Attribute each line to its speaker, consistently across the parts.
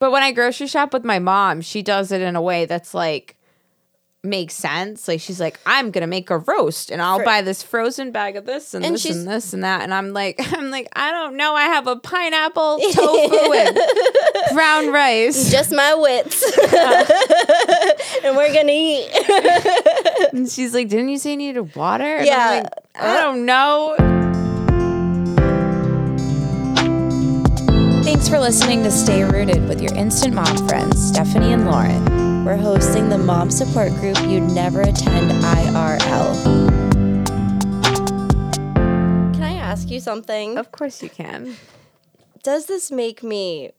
Speaker 1: But when I grocery shop with my mom, she does it in a way that's like makes sense. Like she's like, I'm gonna make a roast and I'll
Speaker 2: Fro-
Speaker 1: buy this frozen bag of this and,
Speaker 2: And
Speaker 1: this
Speaker 2: she's-
Speaker 1: and this and that. And I'm like, I'm like, I don't know. I have a pineapple, tofu, and brown rice.
Speaker 2: Just my wits. and we're gonna eat.
Speaker 1: And she's like, Didn't you say you needed water? And I'm
Speaker 2: Yeah.
Speaker 1: like, I don't know.
Speaker 3: Thanks for listening to Stay Rooted with your instant mom friends, Stephanie and Lauren.
Speaker 2: We're hosting the mom support group you'd never attend IRL. Can I ask you something?
Speaker 1: Of course you can.
Speaker 2: Does this make me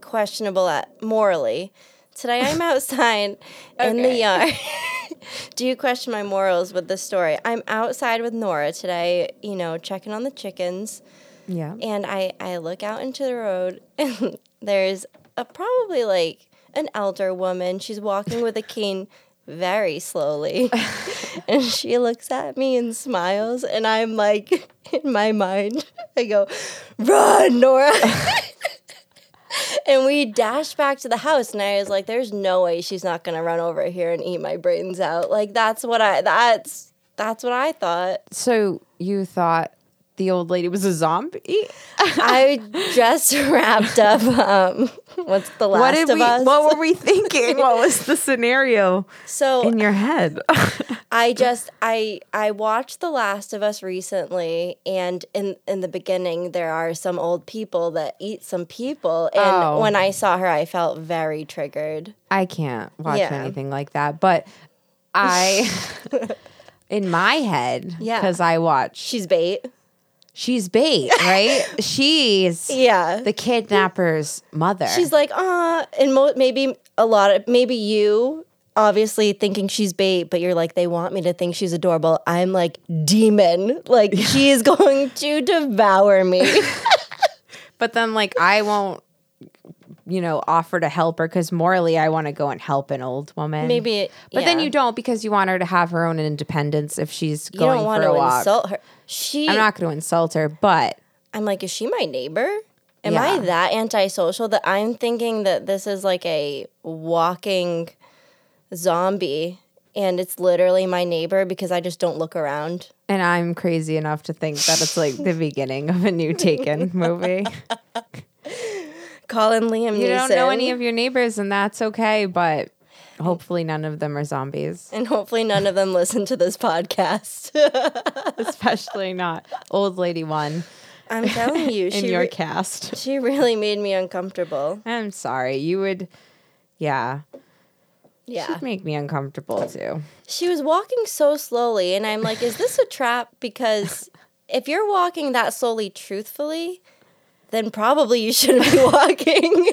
Speaker 2: questionable at morally? Today I'm outside in the
Speaker 1: Okay.
Speaker 2: yard. Do you question my morals with this story? I'm outside with Nora today, you know, checking on the chickens.
Speaker 1: Yeah.
Speaker 2: and I, I look out into the road and there's a probably like an elder woman she's walking with a cane very slowly and she looks at me and smiles and i'm like in my mind i go run nora and we dash back to the house and i was like there's no way she's not going to run over here and eat my brains out like that's what i that's that's what i thought
Speaker 1: So you thought the old lady was a zombie?
Speaker 2: I just wrapped up um what's the last
Speaker 1: what did
Speaker 2: of
Speaker 1: we
Speaker 2: us.
Speaker 1: what were we thinking? what was the scenario
Speaker 2: so
Speaker 1: in your head?
Speaker 2: I just I I watched The Last of Us recently and in in the beginning there are some old people that eat some people and
Speaker 1: Oh.
Speaker 2: when I saw her I felt very triggered.
Speaker 1: I can't watch
Speaker 2: Yeah.
Speaker 1: anything like that, but I in my head
Speaker 2: Yeah.
Speaker 1: cuz I watch
Speaker 2: She's bait.
Speaker 1: she's bait, right? she's
Speaker 2: Yeah.
Speaker 1: the kidnapper's mother.
Speaker 2: She's like, "Uh, and mo- maybe a lot of maybe you obviously thinking she's bait, but you're like they want me to think she's adorable. I'm like demon. Like she is going to devour me."
Speaker 1: but then like I won't you know offer to help her cuz morally I want to go and help an old woman.
Speaker 2: Maybe, it-
Speaker 1: But then
Speaker 2: yeah.
Speaker 1: you don't because you want her to have her own independence if she's
Speaker 2: you
Speaker 1: going
Speaker 2: don't want
Speaker 1: for
Speaker 2: to
Speaker 1: a walk.
Speaker 2: insult her. She,
Speaker 1: I'm
Speaker 2: I'm,
Speaker 1: not going to insult her, but
Speaker 2: like, is she my neighbor? Am I
Speaker 1: Yeah.
Speaker 2: that antisocial that I'm thinking that this is like a walking zombie and it's literally my neighbor because I just don't look around?
Speaker 1: and I'm crazy enough to think that it's like the beginning of a new Taken movie.
Speaker 2: Colin Liam
Speaker 1: You
Speaker 2: Neeson.
Speaker 1: don't know any of your neighbors, and that's okay. But hopefully, none of them are zombies,
Speaker 2: and hopefully none of them listen to this podcast.
Speaker 1: especially not old lady one
Speaker 2: I'm telling you,
Speaker 1: in
Speaker 2: she
Speaker 1: your
Speaker 2: re-
Speaker 1: cast.
Speaker 2: she really made me uncomfortable.
Speaker 1: I'm sorry, you would. Yeah,
Speaker 2: Yeah.
Speaker 1: she'd make me uncomfortable too.
Speaker 2: She was walking so slowly, and I'm like, is this a trap? Because if you're walking that slowly, truthfully, then probably you shouldn't be walking.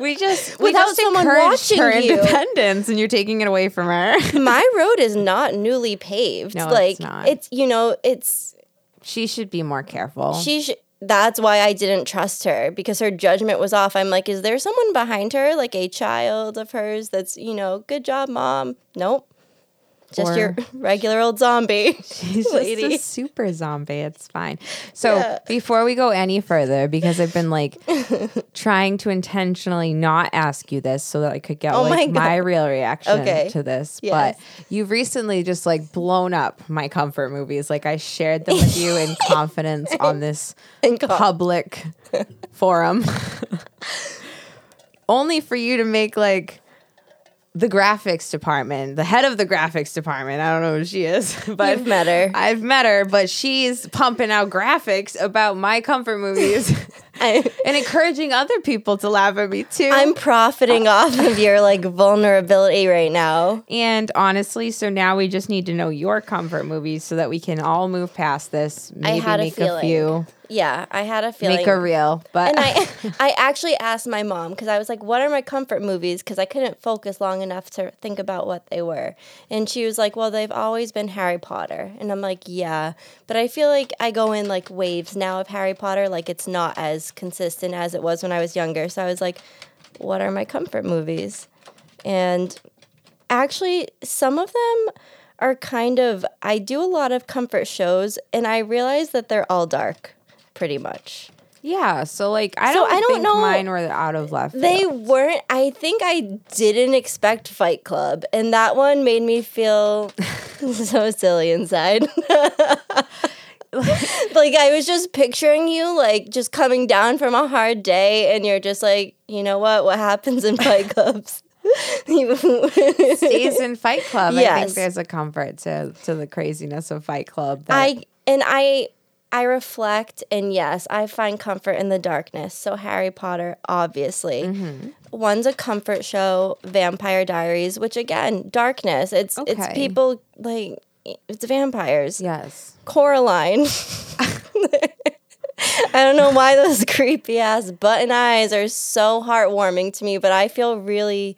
Speaker 1: We just
Speaker 2: Without someone
Speaker 1: encouraged her
Speaker 2: watching you.
Speaker 1: independence, and you're taking it away from her.
Speaker 2: My road is not newly paved.
Speaker 1: No, it's
Speaker 2: like
Speaker 1: not.
Speaker 2: you know, it's
Speaker 1: she should be more careful.
Speaker 2: she. Sh- that's why I didn't trust her because her judgment was off. I'm like, is there someone behind her, like a child of hers? That's you know, good job, mom. Nope, just your
Speaker 1: Or-
Speaker 2: regular old zombie.
Speaker 1: He's just
Speaker 2: lady.
Speaker 1: a super zombie. It's fine. So before we go any further, because I've been like trying to intentionally not ask you this so that I could get
Speaker 2: Oh
Speaker 1: like
Speaker 2: my
Speaker 1: my, real reaction
Speaker 2: Okay.
Speaker 1: to this.
Speaker 2: Yes.
Speaker 1: But you've recently just like blown up my comfort movies. Like I shared them with you in confidence on this
Speaker 2: In co-
Speaker 1: public forum. Only for you to make like the graphics department, the head of the graphics department. I don't know who she is, but
Speaker 2: You've met her.
Speaker 1: I've met her, but she's pumping out graphics about my comfort movies
Speaker 2: I-
Speaker 1: and encouraging other people to laugh at me too.
Speaker 2: I'm profiting off of your like vulnerability right now.
Speaker 1: and honestly, so now we just need to know your comfort movies so that we can all move past this. Maybe
Speaker 2: had a
Speaker 1: make
Speaker 2: feeling.
Speaker 1: few,
Speaker 2: Yeah, I had a feeling.
Speaker 1: make a reel. But
Speaker 2: and I, I actually asked my mom because I was like, "What are my comfort movies?" Because I couldn't focus long enough to think about what they were. And she was like, "Well, they've always been Harry Potter." And I'm like, "Yeah," but I feel like I go in like waves now of Harry Potter. Like it's not as consistent as it was when I was younger. So I was like, "What are my comfort movies?" And actually some of them are kind of I do a lot of comfort shows and I realize that they're all dark pretty much.
Speaker 1: Yeah. So like I
Speaker 2: So
Speaker 1: don't
Speaker 2: I don't
Speaker 1: think
Speaker 2: know-
Speaker 1: mine were out of left.
Speaker 2: They
Speaker 1: field.
Speaker 2: weren't. I think I didn't expect Fight Club, and that one made me feel so silly inside. like I was just picturing you, like just coming down from a hard day, and you're just like, you know what? What happens in Fight Clubs?
Speaker 1: stays in Fight Club. I think
Speaker 2: Yes.
Speaker 1: there's a comfort to to the craziness of Fight Club. That
Speaker 2: I and I I reflect and yes, I find comfort in the darkness. So Harry Potter, obviously.
Speaker 1: Mm-hmm.
Speaker 2: One's a comfort show, Vampire Diaries, which again, darkness. It's it's
Speaker 1: Okay.
Speaker 2: people like it's vampires.
Speaker 1: yes.
Speaker 2: Coraline. I don't know why those creepy ass button eyes are so heartwarming to me, but I feel really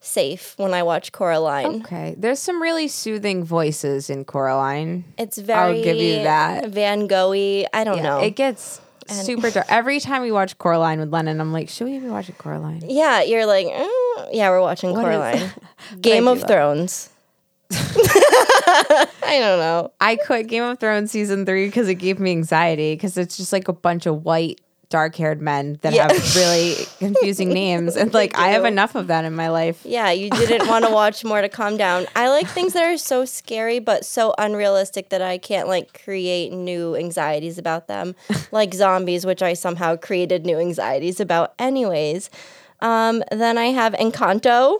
Speaker 2: safe when I watch Coraline.
Speaker 1: Okay. There's some really soothing voices in Coraline.
Speaker 2: It's very
Speaker 1: give you that.
Speaker 2: Van Goghy. I don't know.
Speaker 1: It gets super dark. Every time we watch Coraline with Lennon, I'm like, should we be watching Coraline?
Speaker 2: Yeah, you're like, "Mm, yeah, we're watching
Speaker 1: is-
Speaker 2: Coraline. Game
Speaker 1: I
Speaker 2: of
Speaker 1: do love-
Speaker 2: Thrones. I don't know.
Speaker 1: I quit Game of Thrones season three because it gave me anxiety because it's just like a bunch of white dark haired men that
Speaker 2: Yeah.
Speaker 1: have really confusing names. And like I have enough of that in my life.
Speaker 2: Yeah, you didn't want to watch more to calm down. I like things that are so scary but so unrealistic that I can't like create new anxieties about them, like zombies, which I somehow created new anxieties about, anyways. Um, then I have Encanto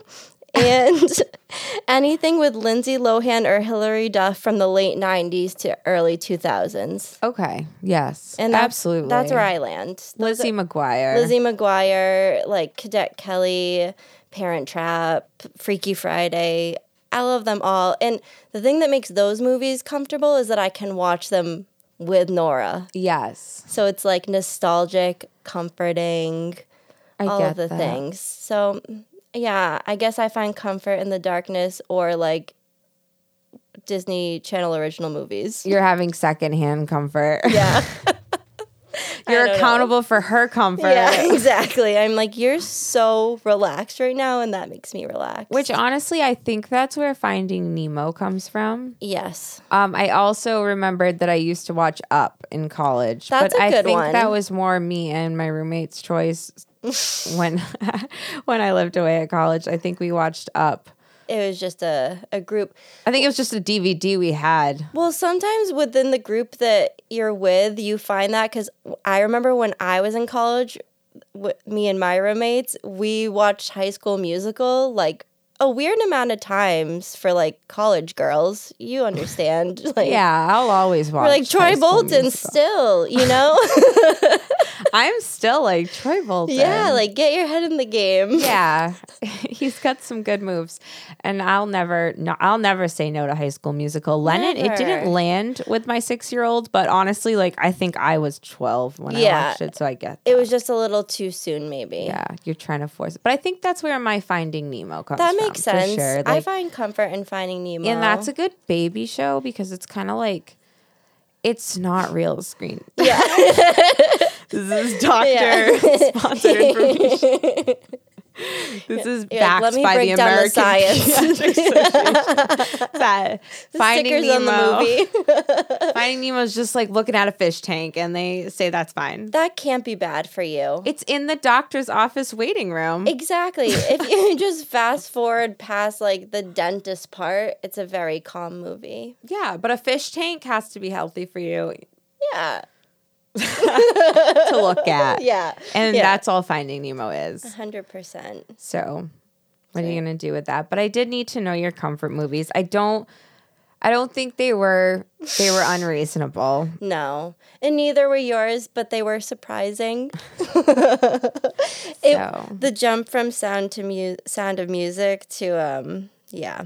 Speaker 2: and anything with Lindsay Lohan or Hilary Duff from the late 90s to early 2000s.
Speaker 1: Okay. Yes.
Speaker 2: And that's,
Speaker 1: absolutely.
Speaker 2: That's where I land.
Speaker 1: Lizzie McGuire.
Speaker 2: Lizzie McGuire, like Cadet Kelly, Parent Trap, Freaky Friday. I love them all. And the thing that makes those movies comfortable is that I can watch them with Nora.
Speaker 1: Yes.
Speaker 2: So it's like nostalgic, comforting,
Speaker 1: I
Speaker 2: all
Speaker 1: get
Speaker 2: of the
Speaker 1: that.
Speaker 2: things. So yeah, I guess I find comfort in the darkness or like Disney Channel original movies.
Speaker 1: You're having secondhand comfort.
Speaker 2: Yeah.
Speaker 1: You're
Speaker 2: don't know.
Speaker 1: accountable for her comfort.
Speaker 2: Yeah, exactly. I'm like, you're so relaxed right now, and that makes me relax.
Speaker 1: Which honestly, I think that's where Finding Nemo comes from.
Speaker 2: yes,
Speaker 1: Um, I also remembered that I used to watch Up in college.
Speaker 2: That's
Speaker 1: but
Speaker 2: a
Speaker 1: I
Speaker 2: good
Speaker 1: think
Speaker 2: one.
Speaker 1: that was more me and my roommate's choice when when I lived away at college. I think we watched Up.
Speaker 2: it was just a, a group.
Speaker 1: I think it was just a DVD we had.
Speaker 2: Well, sometimes within the group that you're with, you find that because I remember when I was in college, w- me and my roommates, we watched High School Musical like a weird amount of times for like college girls. You understand? Like,
Speaker 1: Yeah, I'll always watch.
Speaker 2: We're like
Speaker 1: High
Speaker 2: Troy
Speaker 1: School
Speaker 2: Bolton
Speaker 1: Musical.
Speaker 2: still, you know?
Speaker 1: I'm still like Troy Bolton.
Speaker 2: yeah, like get your head in the game.
Speaker 1: yeah, he's got some good moves, and I'll never, no, I'll never say no to High School Musical. Lennon, it
Speaker 2: Never.
Speaker 1: didn't land with my six-year-old, but honestly, like I think I was twelve when
Speaker 2: Yeah.
Speaker 1: I watched it, so I get
Speaker 2: It
Speaker 1: that.
Speaker 2: was just a little too soon, maybe.
Speaker 1: yeah, you're trying to force it, but I think that's where my Finding Nemo comes.
Speaker 2: That
Speaker 1: from,
Speaker 2: makes
Speaker 1: for
Speaker 2: sense.
Speaker 1: Sure.
Speaker 2: I
Speaker 1: Like,
Speaker 2: find comfort in finding Nemo.
Speaker 1: and that's a good baby show because it's kind of like. It's not real screen.
Speaker 2: yeah.
Speaker 1: This is doctor
Speaker 2: Yeah.
Speaker 1: sponsored information. This is
Speaker 2: like,
Speaker 1: backed
Speaker 2: let me
Speaker 1: by the
Speaker 2: break down
Speaker 1: American
Speaker 2: the science.
Speaker 1: Pediatric Association. that Finding
Speaker 2: stickers
Speaker 1: Nemo.
Speaker 2: on the movie.
Speaker 1: Finding Nemo's just like looking at a fish tank, and they say that's fine.
Speaker 2: that can't be bad for you.
Speaker 1: It's in the doctor's office waiting room.
Speaker 2: exactly. if you just fast forward past like the dentist part, it's a very calm movie.
Speaker 1: yeah, but a fish tank has to be healthy for you
Speaker 2: Yeah.
Speaker 1: to look at,
Speaker 2: Yeah.
Speaker 1: and
Speaker 2: Yeah.
Speaker 1: that's all Finding Nemo is.
Speaker 2: 100%.
Speaker 1: So, what are you gonna do with that? But I did need to know your comfort movies. I don't. I don't think they were they were unreasonable.
Speaker 2: No. And neither were yours, but they were surprising. It-
Speaker 1: So.
Speaker 2: the jump from sound to mu- sound of music to um yeah.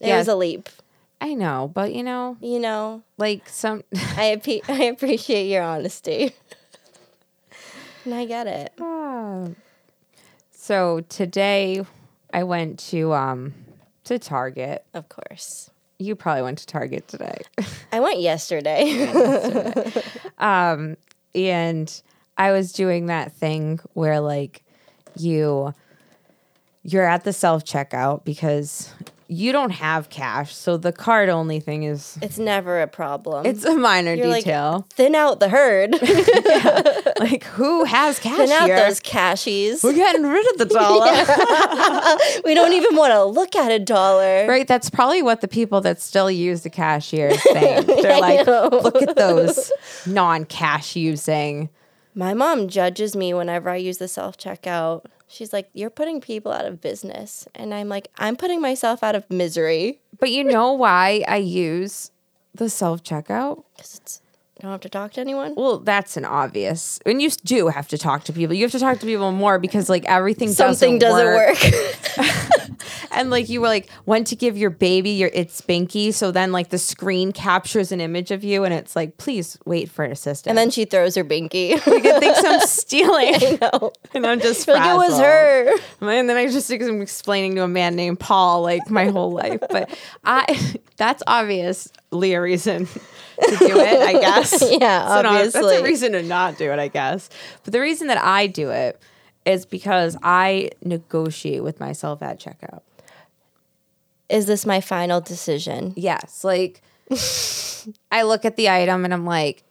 Speaker 2: It
Speaker 1: Yeah.
Speaker 2: was a leap,
Speaker 1: I know, but you know,
Speaker 2: you know.
Speaker 1: like some
Speaker 2: I appe- I appreciate your honesty. and I get it.
Speaker 1: So today I went to um to Target.
Speaker 2: Of course.
Speaker 1: You probably went to Target today.
Speaker 2: I went yesterday.
Speaker 1: and I was doing that thing where like you you're at the self checkout because you don't have cash, so the card only thing is
Speaker 2: It's never a problem.
Speaker 1: it's a minor
Speaker 2: You're like,
Speaker 1: detail.
Speaker 2: thin out the herd. thin
Speaker 1: Like, who has cash
Speaker 2: out
Speaker 1: here?
Speaker 2: those cashies.
Speaker 1: We're getting rid of the dollar.
Speaker 2: we don't even want to look at a dollar.
Speaker 1: Right, that's probably what the people that still use the cashier think. They're like, look at those non-cash using.
Speaker 2: My mom judges me whenever I use the self checkout. She's like, You're putting people out of business. And I'm like, I'm putting myself out of misery
Speaker 1: But you know why I use the self checkout?
Speaker 2: because it's. I don't have to talk to anyone.
Speaker 1: Well, that's an obvious. And you s- do have to talk to people. You have to talk to people more because like everything
Speaker 2: Something doesn't, work.
Speaker 1: And like you were like when to give your baby your it's binky, so then like the screen captures an image of you and it's like, please wait for an assistant.
Speaker 2: and then she throws her binky. like
Speaker 1: it thinks I'm stealing. And I'm just
Speaker 2: it was
Speaker 1: frazzled.
Speaker 2: her.
Speaker 1: And then I just am explaining to a man named Paul like my whole life. But I that's obviously a reason to do it, I guess.
Speaker 2: Yeah,
Speaker 1: It's an ob- that's a
Speaker 2: obviously.
Speaker 1: reason to not do it, I guess. But the reason that I do it is because I negotiate with myself at checkout.
Speaker 2: Is this my final decision?
Speaker 1: Yes. Like I look at the item and I'm like,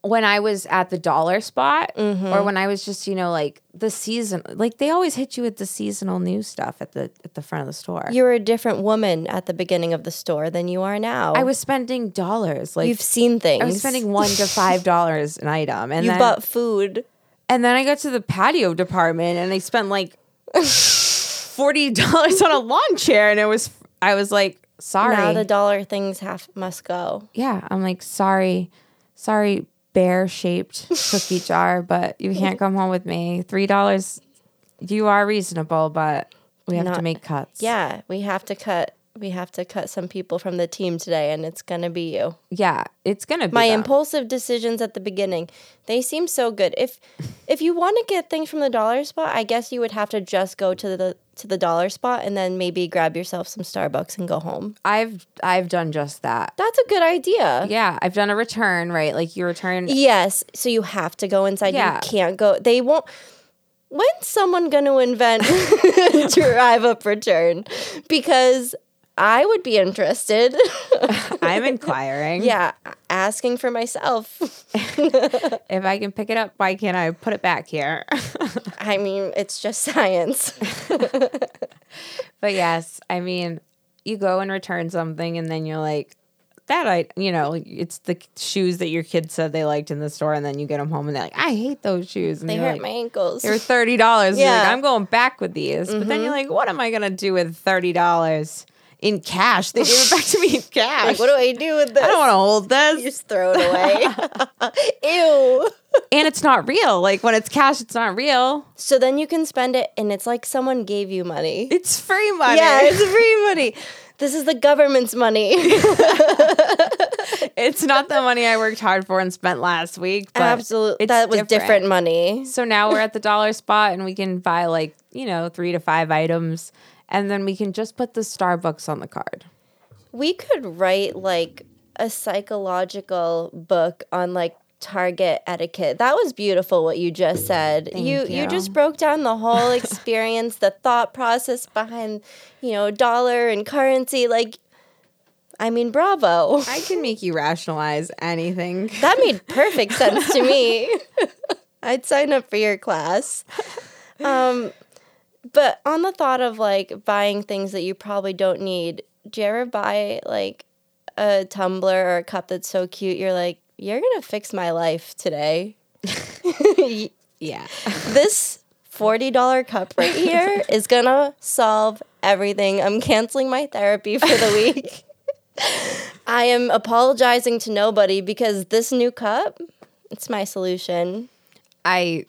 Speaker 1: when I was at the dollar spot
Speaker 2: Mm-hmm.
Speaker 1: or when I was just, you know, like the season like they always hit you with the seasonal new stuff at the at the front of the store.
Speaker 2: You were a different woman at the beginning of the store than you are now.
Speaker 1: I was spending dollars. Like
Speaker 2: You've seen things.
Speaker 1: I was spending one to five dollars an item, and
Speaker 2: You
Speaker 1: then
Speaker 2: bought food.
Speaker 1: and then I got to the patio department, and I spent like forty dollars on a lawn chair, and it was I was like, sorry,
Speaker 2: Now the dollar things have must go.
Speaker 1: yeah, I'm like, sorry, sorry, bear shaped cookie jar, but you can't come home with me. Three dollars, you are reasonable, but we have to
Speaker 2: Not-
Speaker 1: make cuts.
Speaker 2: Yeah, we have to cut. We have to cut some people from the team today, and it's gonna be you.
Speaker 1: yeah, it's gonna be
Speaker 2: My
Speaker 1: them.
Speaker 2: impulsive decisions at the beginning, they seem so good. If if you want to get things from the dollar spot, I guess you would have to just go to the to the dollar spot and then maybe grab yourself some Starbucks and go home.
Speaker 1: I've I've done just that.
Speaker 2: That's a good idea.
Speaker 1: Yeah, I've done a return, right? Like you return
Speaker 2: Yes. So you have to go inside.
Speaker 1: Yeah.
Speaker 2: You can't go. They won't. When's someone going to invent drive up return? Because I would be interested.
Speaker 1: I'm inquiring.
Speaker 2: yeah. Asking for myself.
Speaker 1: If I can pick it up, why can't I put it back here?
Speaker 2: I mean, it's just science.
Speaker 1: but yes, I mean, you go and return something and then you're like, that I, you know, it's the shoes that your kid said they liked in the store, and then you get them home and they're like, I hate those shoes. And
Speaker 2: They
Speaker 1: you're
Speaker 2: hurt
Speaker 1: like,
Speaker 2: my ankles.
Speaker 1: They were thirty dollars. Yeah,
Speaker 2: Yeah. Mm-hmm.
Speaker 1: I'm going back with these. But then you're like, what am I gonna do with thirty dollars in cash? They gave it back to me in cash.
Speaker 2: Like, what do I do with this?
Speaker 1: I don't want to hold this.
Speaker 2: just throw it away. Ew.
Speaker 1: and it's not real. Like when it's cash, it's not real.
Speaker 2: So then you can spend it, and it's like someone gave you money.
Speaker 1: It's free money.
Speaker 2: Yeah, it's free money. This is the government's money.
Speaker 1: It's not the money I worked hard for and spent last week. But
Speaker 2: Absolutely.
Speaker 1: it's
Speaker 2: That was different money.
Speaker 1: So now we're at the dollar spot and we can buy like, you know, three to five items. And then we can just put the Starbucks on the card.
Speaker 2: We could write like a psychological book on like Target etiquette. That was beautiful what you just said. you, you
Speaker 1: you.
Speaker 2: just broke down the whole experience, the thought process behind, you know, dollar and currency like I mean, bravo.
Speaker 1: I can make you rationalize anything.
Speaker 2: That made perfect sense to me. I'd sign up for your class. Um, but on the thought of like buying things that you probably don't need, do you ever buy like a tumbler or a cup that's so cute? You're like, you're gonna fix my life today.
Speaker 1: Yeah.
Speaker 2: this $40 cup right here is gonna solve everything. I'm canceling my therapy for the week. I am apologizing to nobody because this new cup, it's my solution.
Speaker 1: I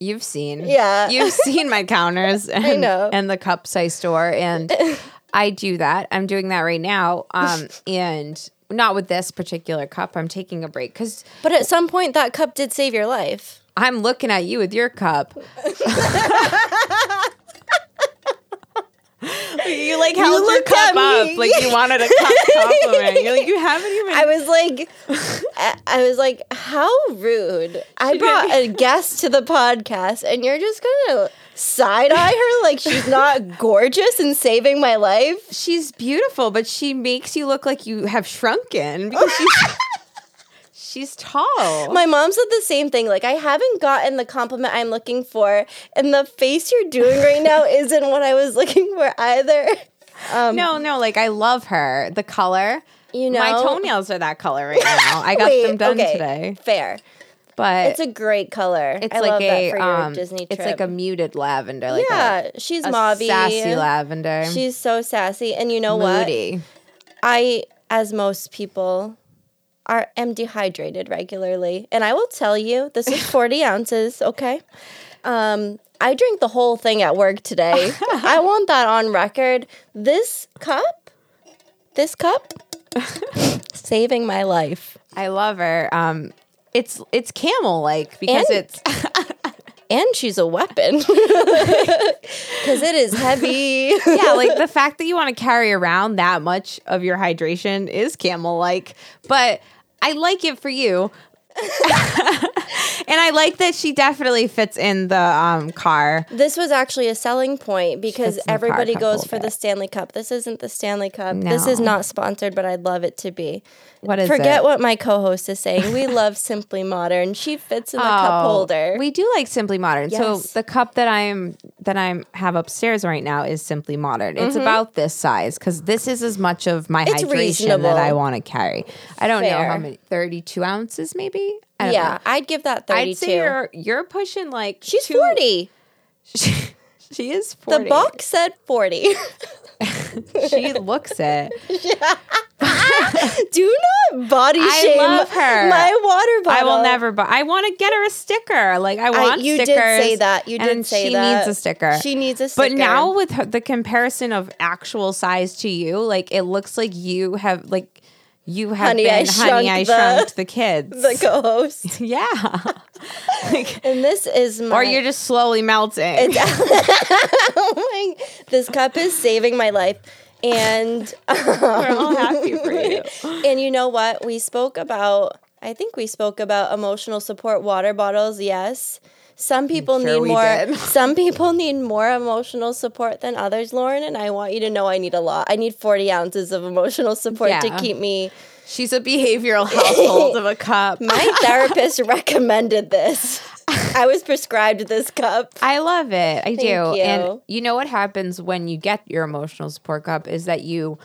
Speaker 1: you've seen.
Speaker 2: Yeah.
Speaker 1: You've seen my counters and,
Speaker 2: know.
Speaker 1: and the cups I store and I do that. I'm doing that right now. Um and not with this particular cup. I'm taking a break cuz
Speaker 2: But at some point, that cup did save your life.
Speaker 1: I'm looking at you with your cup. you like held your
Speaker 2: looked
Speaker 1: cup
Speaker 2: at
Speaker 1: up
Speaker 2: me.
Speaker 1: like you wanted a cup compliment. You're like, you haven't even.
Speaker 2: I was like, I, I was like, how rude. I brought a guest to the podcast and you're just gonna side eye her like she's not gorgeous and saving my life?
Speaker 1: She's beautiful, but she makes you look like you have shrunken because she's she's tall.
Speaker 2: My mom said the same thing. Like, I haven't gotten the compliment I'm looking for, and the face you're doing right now isn't what I was looking for either.
Speaker 1: no, no, like I love her. The color.
Speaker 2: You
Speaker 1: My
Speaker 2: know-
Speaker 1: toenails are that color right now. I got them
Speaker 2: Wait,
Speaker 1: done
Speaker 2: okay,
Speaker 1: today.
Speaker 2: Fair.
Speaker 1: But
Speaker 2: It's a great color.
Speaker 1: it's
Speaker 2: I
Speaker 1: like
Speaker 2: love
Speaker 1: a
Speaker 2: that for your
Speaker 1: um,
Speaker 2: Disney trip.
Speaker 1: it's like a muted lavender, like a,
Speaker 2: yeah. she's
Speaker 1: a
Speaker 2: mauve-y.
Speaker 1: sassy lavender.
Speaker 2: She's so sassy, and you know what?
Speaker 1: moody.
Speaker 2: I, as most people, are am dehydrated regularly, and I will tell you, this is forty ounces. Okay, um, I drank the whole thing at work today. I want that on record. This cup, this cup, saving my life
Speaker 1: I love her. Um, it's it's camel like because
Speaker 2: And-
Speaker 1: it's
Speaker 2: and she's a weapon because it is heavy.
Speaker 1: yeah, like the fact that you want to carry around that much of your hydration is camel like, but I like it for you. and I like that she definitely fits in the um, car.
Speaker 2: This was actually a selling point because
Speaker 1: fits in the car
Speaker 2: everybody
Speaker 1: cup a
Speaker 2: goes
Speaker 1: little
Speaker 2: for the
Speaker 1: bit.
Speaker 2: Stanley Cup. This isn't the Stanley Cup. This is
Speaker 1: No.
Speaker 2: not sponsored, but I'd love it to be.
Speaker 1: What is
Speaker 2: Forget
Speaker 1: it?
Speaker 2: what my co-host is saying. We love Simply Modern. She fits in the cup
Speaker 1: Oh,
Speaker 2: holder.
Speaker 1: We do like Simply Modern. So
Speaker 2: Yes.
Speaker 1: the cup that I'm that I'm have upstairs right now is Simply Modern. It's about this size because this is as much of my
Speaker 2: Mm-hmm. It's
Speaker 1: hydration
Speaker 2: reasonable.
Speaker 1: that I want to carry. I don't know how
Speaker 2: Fair.
Speaker 1: many thirty-two ounces maybe. I don't know.
Speaker 2: yeah, I'd give that 32.
Speaker 1: I'd say you're you're pushing like
Speaker 2: She's
Speaker 1: two-
Speaker 2: 40.
Speaker 1: She, she is
Speaker 2: The
Speaker 1: forty.
Speaker 2: box said 40.
Speaker 1: She looks it.
Speaker 2: Do not body
Speaker 1: I
Speaker 2: shame
Speaker 1: love her.
Speaker 2: my water
Speaker 1: I
Speaker 2: bottle.
Speaker 1: will never. But I want to get her a sticker. Like I want.
Speaker 2: you did
Speaker 1: stickers,
Speaker 2: say that. You did
Speaker 1: and
Speaker 2: say
Speaker 1: she
Speaker 2: that.
Speaker 1: needs a sticker.
Speaker 2: She needs a
Speaker 1: But
Speaker 2: sticker.
Speaker 1: now with her, the comparison of actual size to you, like it looks like you have like you have
Speaker 2: Honey, I
Speaker 1: been honey.
Speaker 2: shrunk
Speaker 1: I
Speaker 2: the-
Speaker 1: shrunk the kids.
Speaker 2: the co-host.
Speaker 1: yeah. like,
Speaker 2: And this is my
Speaker 1: or you're just slowly melting.
Speaker 2: Oh my- this cup is saving my life. And um,
Speaker 1: We're all happy for you.
Speaker 2: and you know what? We spoke about I think we spoke about emotional support water bottles, yes. Some people
Speaker 1: sure we
Speaker 2: need more
Speaker 1: did.
Speaker 2: some people need more emotional support than others, Lauren, and I want you to know I need a lot. I need 40 ounces of emotional support to
Speaker 1: Yeah.
Speaker 2: keep me.
Speaker 1: She's a behavioral household of a cup.
Speaker 2: My therapist recommended this. I was prescribed this cup.
Speaker 1: I love it. I do. And
Speaker 2: you.
Speaker 1: you know what happens when you get your emotional support cup is that you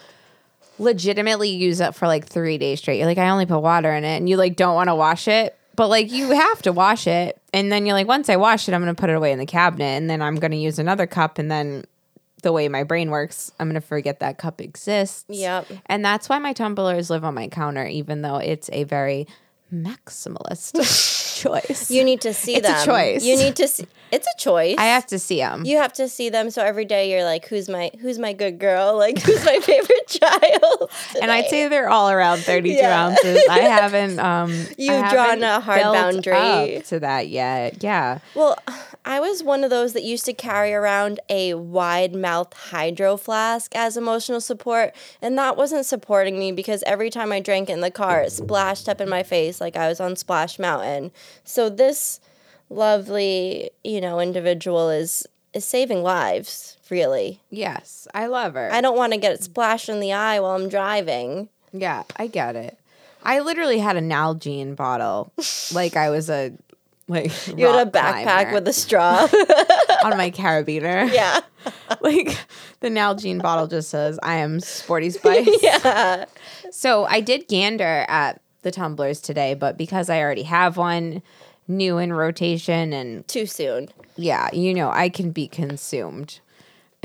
Speaker 1: legitimately use it for like three days straight. You're like, I only put water in it, and you like don't want to wash it, but like you have to wash it. And then you're like, once I wash it, I'm gonna put it away in the cabinet, and then I'm gonna use another cup, and then the way my brain works, I'm gonna forget that cup exists.
Speaker 2: Yep.
Speaker 1: And that's why my tumblers live on my counter, even though it's a very maximalist choice.
Speaker 2: You need to see
Speaker 1: It's a
Speaker 2: them.
Speaker 1: choice.
Speaker 2: You need to see. It's a choice.
Speaker 1: I have to see them.
Speaker 2: you have to see them so every day you're like who's my who's my good girl like who's my favorite child
Speaker 1: and I'd say they're all around 32
Speaker 2: Yeah.
Speaker 1: ounces. I haven't um
Speaker 2: You've
Speaker 1: I
Speaker 2: drawn
Speaker 1: haven't
Speaker 2: a hard
Speaker 1: built
Speaker 2: boundary.
Speaker 1: up to that yet. Yeah.
Speaker 2: well i was one of those that used to carry around a wide mouth hydro flask as emotional support and that wasn't supporting me because every time i drank in the car it splashed up in my face like i was on splash mountain so this lovely you know individual is is saving lives really
Speaker 1: Yes, I love her.
Speaker 2: i don't want to get splashed in the eye while i'm driving
Speaker 1: yeah, I get it. I literally had a Nalgene bottle like I was a like
Speaker 2: You had a backpack with a straw.
Speaker 1: on my carabiner.
Speaker 2: yeah.
Speaker 1: like the Nalgene bottle just says I am sporty spice.
Speaker 2: Yeah.
Speaker 1: So I did gander at the tumblers today, but because I already have one new in rotation and
Speaker 2: Too soon.
Speaker 1: yeah, you know, I can be consumed.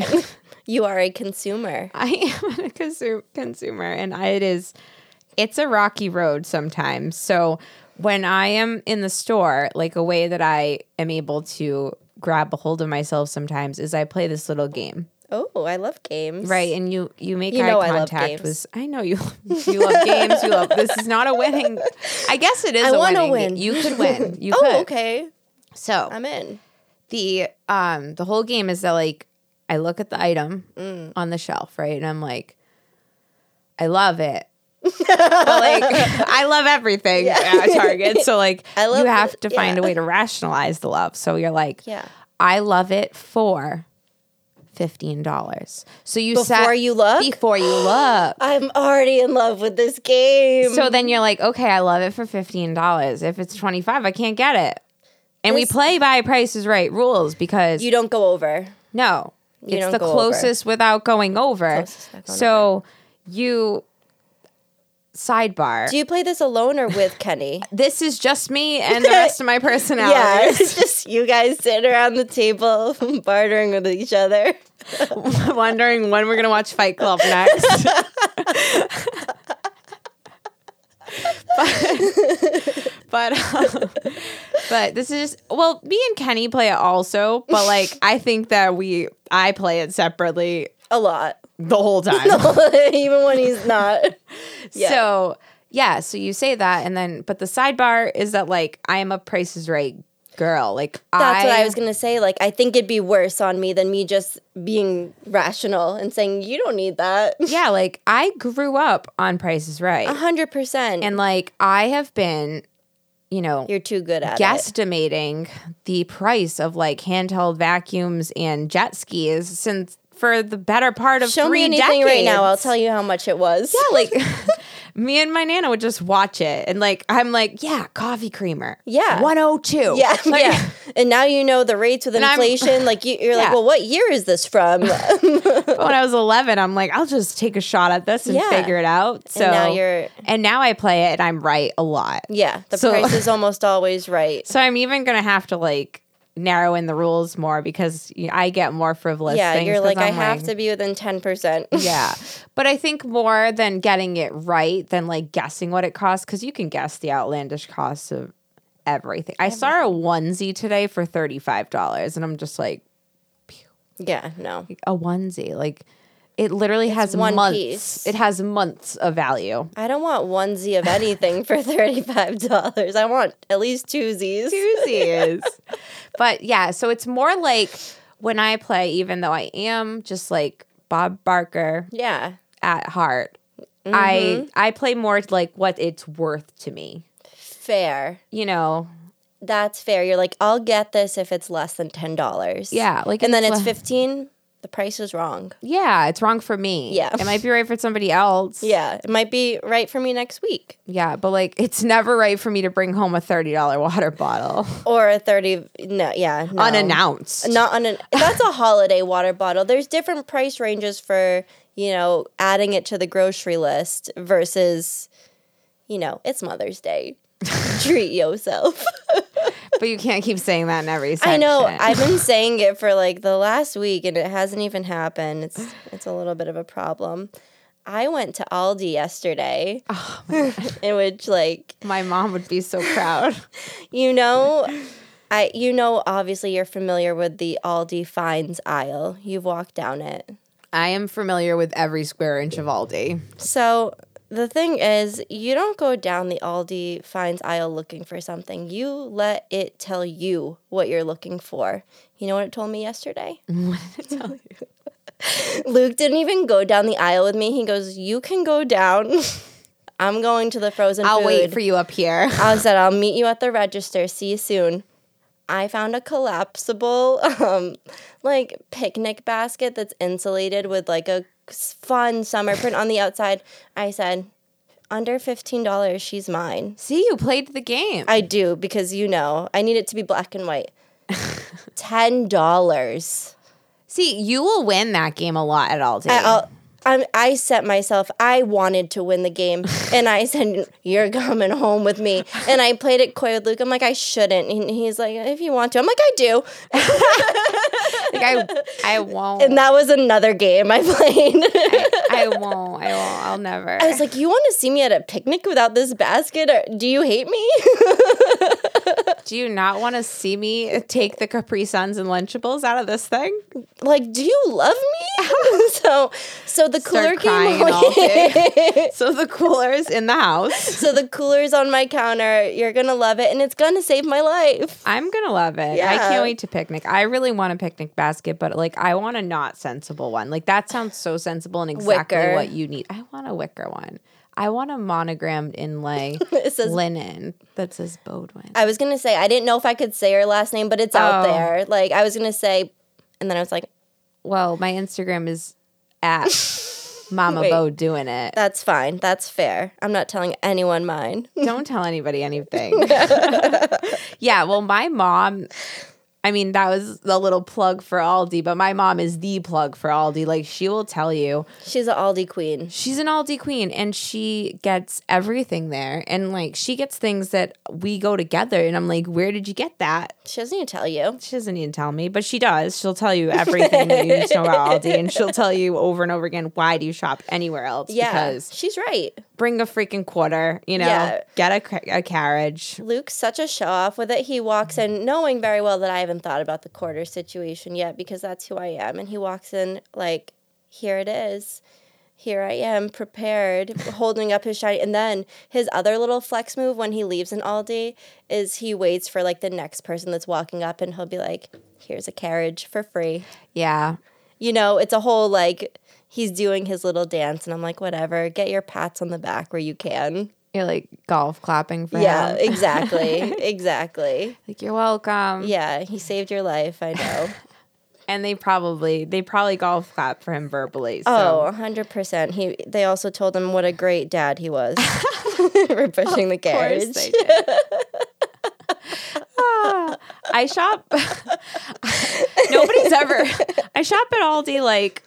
Speaker 2: You are a consumer.
Speaker 1: I am a consum- consumer, and I, it is it's a rocky road sometimes. So when I am in the store, like a way that I am able to grab a hold of myself sometimes is I play this little game,
Speaker 2: Oh, I love games.
Speaker 1: right? And you you make
Speaker 2: You
Speaker 1: eye
Speaker 2: know I love
Speaker 1: contact
Speaker 2: games.
Speaker 1: with. I know you you love games. You love this is not a winning. I guess it is.
Speaker 2: I
Speaker 1: a
Speaker 2: wanna
Speaker 1: winning
Speaker 2: win.
Speaker 1: game. You could win. You could.
Speaker 2: Oh, okay.
Speaker 1: So
Speaker 2: I'm in.
Speaker 1: the um the whole game is that like I look at the item
Speaker 2: Mm.
Speaker 1: on the shelf, right? And I'm like, I love it. but like I love everything at Target. So like
Speaker 2: I love
Speaker 1: you have
Speaker 2: it.
Speaker 1: to find
Speaker 2: Yeah.
Speaker 1: a way to rationalize the love. So you're like,
Speaker 2: Yeah.
Speaker 1: I love it for fifteen dollars. So you sat-
Speaker 2: Before you look?
Speaker 1: before you look.
Speaker 2: I'm already in love with this game.
Speaker 1: So then you're like, okay, I love it for fifteen dollars. If it's twenty five, I can't get it. And we
Speaker 2: This-
Speaker 1: play by Price is Right rules because
Speaker 2: you don't go over.
Speaker 1: no,
Speaker 2: You
Speaker 1: it's
Speaker 2: don't
Speaker 1: the
Speaker 2: go over.
Speaker 1: closest without going over.
Speaker 2: Closest without going
Speaker 1: So you sidebar.
Speaker 2: Do you play this alone or with Kenny?
Speaker 1: this is just me and the rest of my
Speaker 2: yeah,
Speaker 1: personality.
Speaker 2: it's just you guys sitting around the table bartering with each other.
Speaker 1: Wondering when we're gonna watch Fight Club next. but but, um, but this is just well me and kenny play it also but like i think that we i play it separately
Speaker 2: A lot.
Speaker 1: the whole time
Speaker 2: Even when he's not. Yeah.
Speaker 1: so yeah so you say that and then but the sidebar is that like i am a price is right girl like I,
Speaker 2: That's what I was gonna say. Like, I think it'd be worse on me than me just being rational and saying you don't need that.
Speaker 1: yeah like i grew up on price is right
Speaker 2: A hundred percent.
Speaker 1: and like i have been you know
Speaker 2: you're too good at it.
Speaker 1: guesstimating the price of like handheld vacuums and jet skis since for the better part of
Speaker 2: Show me
Speaker 1: three
Speaker 2: anything
Speaker 1: decades.
Speaker 2: right now. I'll tell you how much it was.
Speaker 1: Yeah, like me and my nana would just watch it, and like I'm like, yeah, coffee creamer,
Speaker 2: Yeah.
Speaker 1: one oh two,
Speaker 2: Yeah, yeah. And now you know the rates with
Speaker 1: I'm-
Speaker 2: inflation. like you, you're
Speaker 1: Yeah.
Speaker 2: like, well, what year is this from? and
Speaker 1: But when I was 11, I'm like, I'll just take a shot at this and
Speaker 2: Yeah.
Speaker 1: figure it out. So
Speaker 2: now you're,
Speaker 1: and now I play it, and I'm right a lot.
Speaker 2: yeah, the
Speaker 1: So-
Speaker 2: price is almost always right.
Speaker 1: So I'm even gonna have to like narrow in the rules more because you know, I get more frivolous.
Speaker 2: Yeah,
Speaker 1: things
Speaker 2: you're
Speaker 1: 'cause
Speaker 2: like,
Speaker 1: I'm
Speaker 2: I have to be within ten percent.
Speaker 1: yeah. But I think more than getting it right than like guessing what it costs, because you can guess the outlandish costs of everything. I saw a onesie today for $35, and I'm just like,
Speaker 2: yeah, no.
Speaker 1: a onesie. Like, it literally has
Speaker 2: one
Speaker 1: months.
Speaker 2: piece.
Speaker 1: It has months of value.
Speaker 2: I don't want onesie of anything for thirty five dollars. I want at least twosies.
Speaker 1: Doozies. but yeah, so it's more like when I play, even though I am just like Bob Barker
Speaker 2: Yeah,
Speaker 1: at heart.
Speaker 2: Mm-hmm.
Speaker 1: I I play more like what it's worth to me.
Speaker 2: fair.
Speaker 1: You know,
Speaker 2: That's fair. You're like, I'll get this if it's less than ten dollars.
Speaker 1: Yeah, like
Speaker 2: and then it's
Speaker 1: like-
Speaker 2: fifteen. The price is wrong.
Speaker 1: Yeah, it's wrong for me.
Speaker 2: Yeah.
Speaker 1: it might be right for somebody else.
Speaker 2: Yeah, it might be right for me next week.
Speaker 1: yeah, but like it's never right for me to bring home a thirty dollar water bottle
Speaker 2: or a 30 no yeah no.
Speaker 1: unannounced.
Speaker 2: not on an that's a holiday water bottle there's different price ranges for you know adding it to the grocery list versus you know it's mother's day treat yourself
Speaker 1: but you can't keep saying that in every. Section.
Speaker 2: i know i've been saying it for like the last week and it hasn't even happened it's it's a little bit of a problem i went to aldi yesterday in which like
Speaker 1: My mom would be so proud.
Speaker 2: You know, I you know obviously you're familiar with the Aldi finds aisle. You've walked down it.
Speaker 1: I am familiar with every square inch of Aldi.
Speaker 2: So the thing is, you don't go down the Aldi finds aisle looking for something. You let it tell you what you're looking for. You know what it told me yesterday?
Speaker 1: What did I tell you?
Speaker 2: Luke didn't even go down the aisle with me. He goes, "You can go down. I'm going to the frozen
Speaker 1: I'll wait
Speaker 2: food."
Speaker 1: for you up here.
Speaker 2: I said, I'll meet you at the register. See you soon. I found a collapsible, um, like picnic basket that's insulated with like a s- fun summer print on the outside. I said, under fifteen dollars, she's mine.
Speaker 1: See, you played the game.
Speaker 2: I do because you know I need it to be black and white. Ten dollars.
Speaker 1: See, you will win that game a lot at Aldi.
Speaker 2: I, I'll- I'm, I set myself. I wanted to win the game, and I said, "You're coming home with me." And I played it coy with Luke. I'm like, "I shouldn't," and he's like, "If you want to," I'm like, "I do."
Speaker 1: like, I, I won't.
Speaker 2: And that was another game I played.
Speaker 1: I won't. I won't. I'll never.
Speaker 2: I was like, "You want to see me at a picnic without this basket? Or do you hate me?"
Speaker 1: Do you not want to see me take the Capri Suns and Lunchables out of this thing?
Speaker 2: like, do you love me? so, so the cooler
Speaker 1: Start
Speaker 2: came.
Speaker 1: crying all day. so the cooler's in the house.
Speaker 2: so the cooler's on my counter. You're gonna love it, and it's gonna save my life.
Speaker 1: I'm gonna love it. I
Speaker 2: Yeah.
Speaker 1: can't wait to picnic. I really want a picnic basket, but like I want a not sensible one. Like that sounds so sensible and exactly
Speaker 2: Wicker.
Speaker 1: what you need. I want a wicker one. I want a monogrammed inlay
Speaker 2: It says-
Speaker 1: linen that says Bodwin.
Speaker 2: I was gonna say I didn't know if I could say her last name, but it's out
Speaker 1: Oh.
Speaker 2: there. Like I was gonna say, and then I was like,
Speaker 1: Well, my Instagram is at Mama
Speaker 2: Wait.
Speaker 1: Bo doing it.
Speaker 2: that's fine, that's fair. I'm not telling anyone mine.
Speaker 1: Don't tell anybody anything. yeah, well, my mom. I mean, that was a little plug for Aldi, but my mom is the plug for Aldi. Like, she will tell you
Speaker 2: She's an Aldi queen.
Speaker 1: she's an Aldi queen and she gets everything there. And like, she gets things that we go together. And I'm like, where did you get that?
Speaker 2: She doesn't even tell you.
Speaker 1: She doesn't even tell me, but she does. She'll tell you everything that you need to know about Aldi. And she'll tell you over and over again, why do you shop anywhere else?
Speaker 2: Yeah,
Speaker 1: Because
Speaker 2: she's right.
Speaker 1: bring a freaking quarter, you know,
Speaker 2: Yeah.
Speaker 1: get a, cr- a carriage.
Speaker 2: Luke's such a show off with it. He walks in knowing very well that I haven't thought about the quarter situation yet because that's who I am. And he walks in like, here it is. Here I am, prepared, holding up his shiny. And then his other little flex move when he leaves an Aldi is he waits for like the next person that's walking up and he'll be like, here's a carriage for free.
Speaker 1: Yeah.
Speaker 2: You know, it's a whole like, he's doing his little dance. And I'm like, whatever, get your pats on the back where you can.
Speaker 1: You're like golf clapping for
Speaker 2: Yeah,
Speaker 1: him.
Speaker 2: exactly. exactly.
Speaker 1: Like, you're welcome.
Speaker 2: Yeah, he saved your life. I know.
Speaker 1: And they probably, they probably golf clap for him verbally. So.
Speaker 2: oh, 100%. He they also told him what a great dad he was for pushing the
Speaker 1: course
Speaker 2: carriage.
Speaker 1: they did. Ah, I shop. nobody's ever. I shop at Aldi like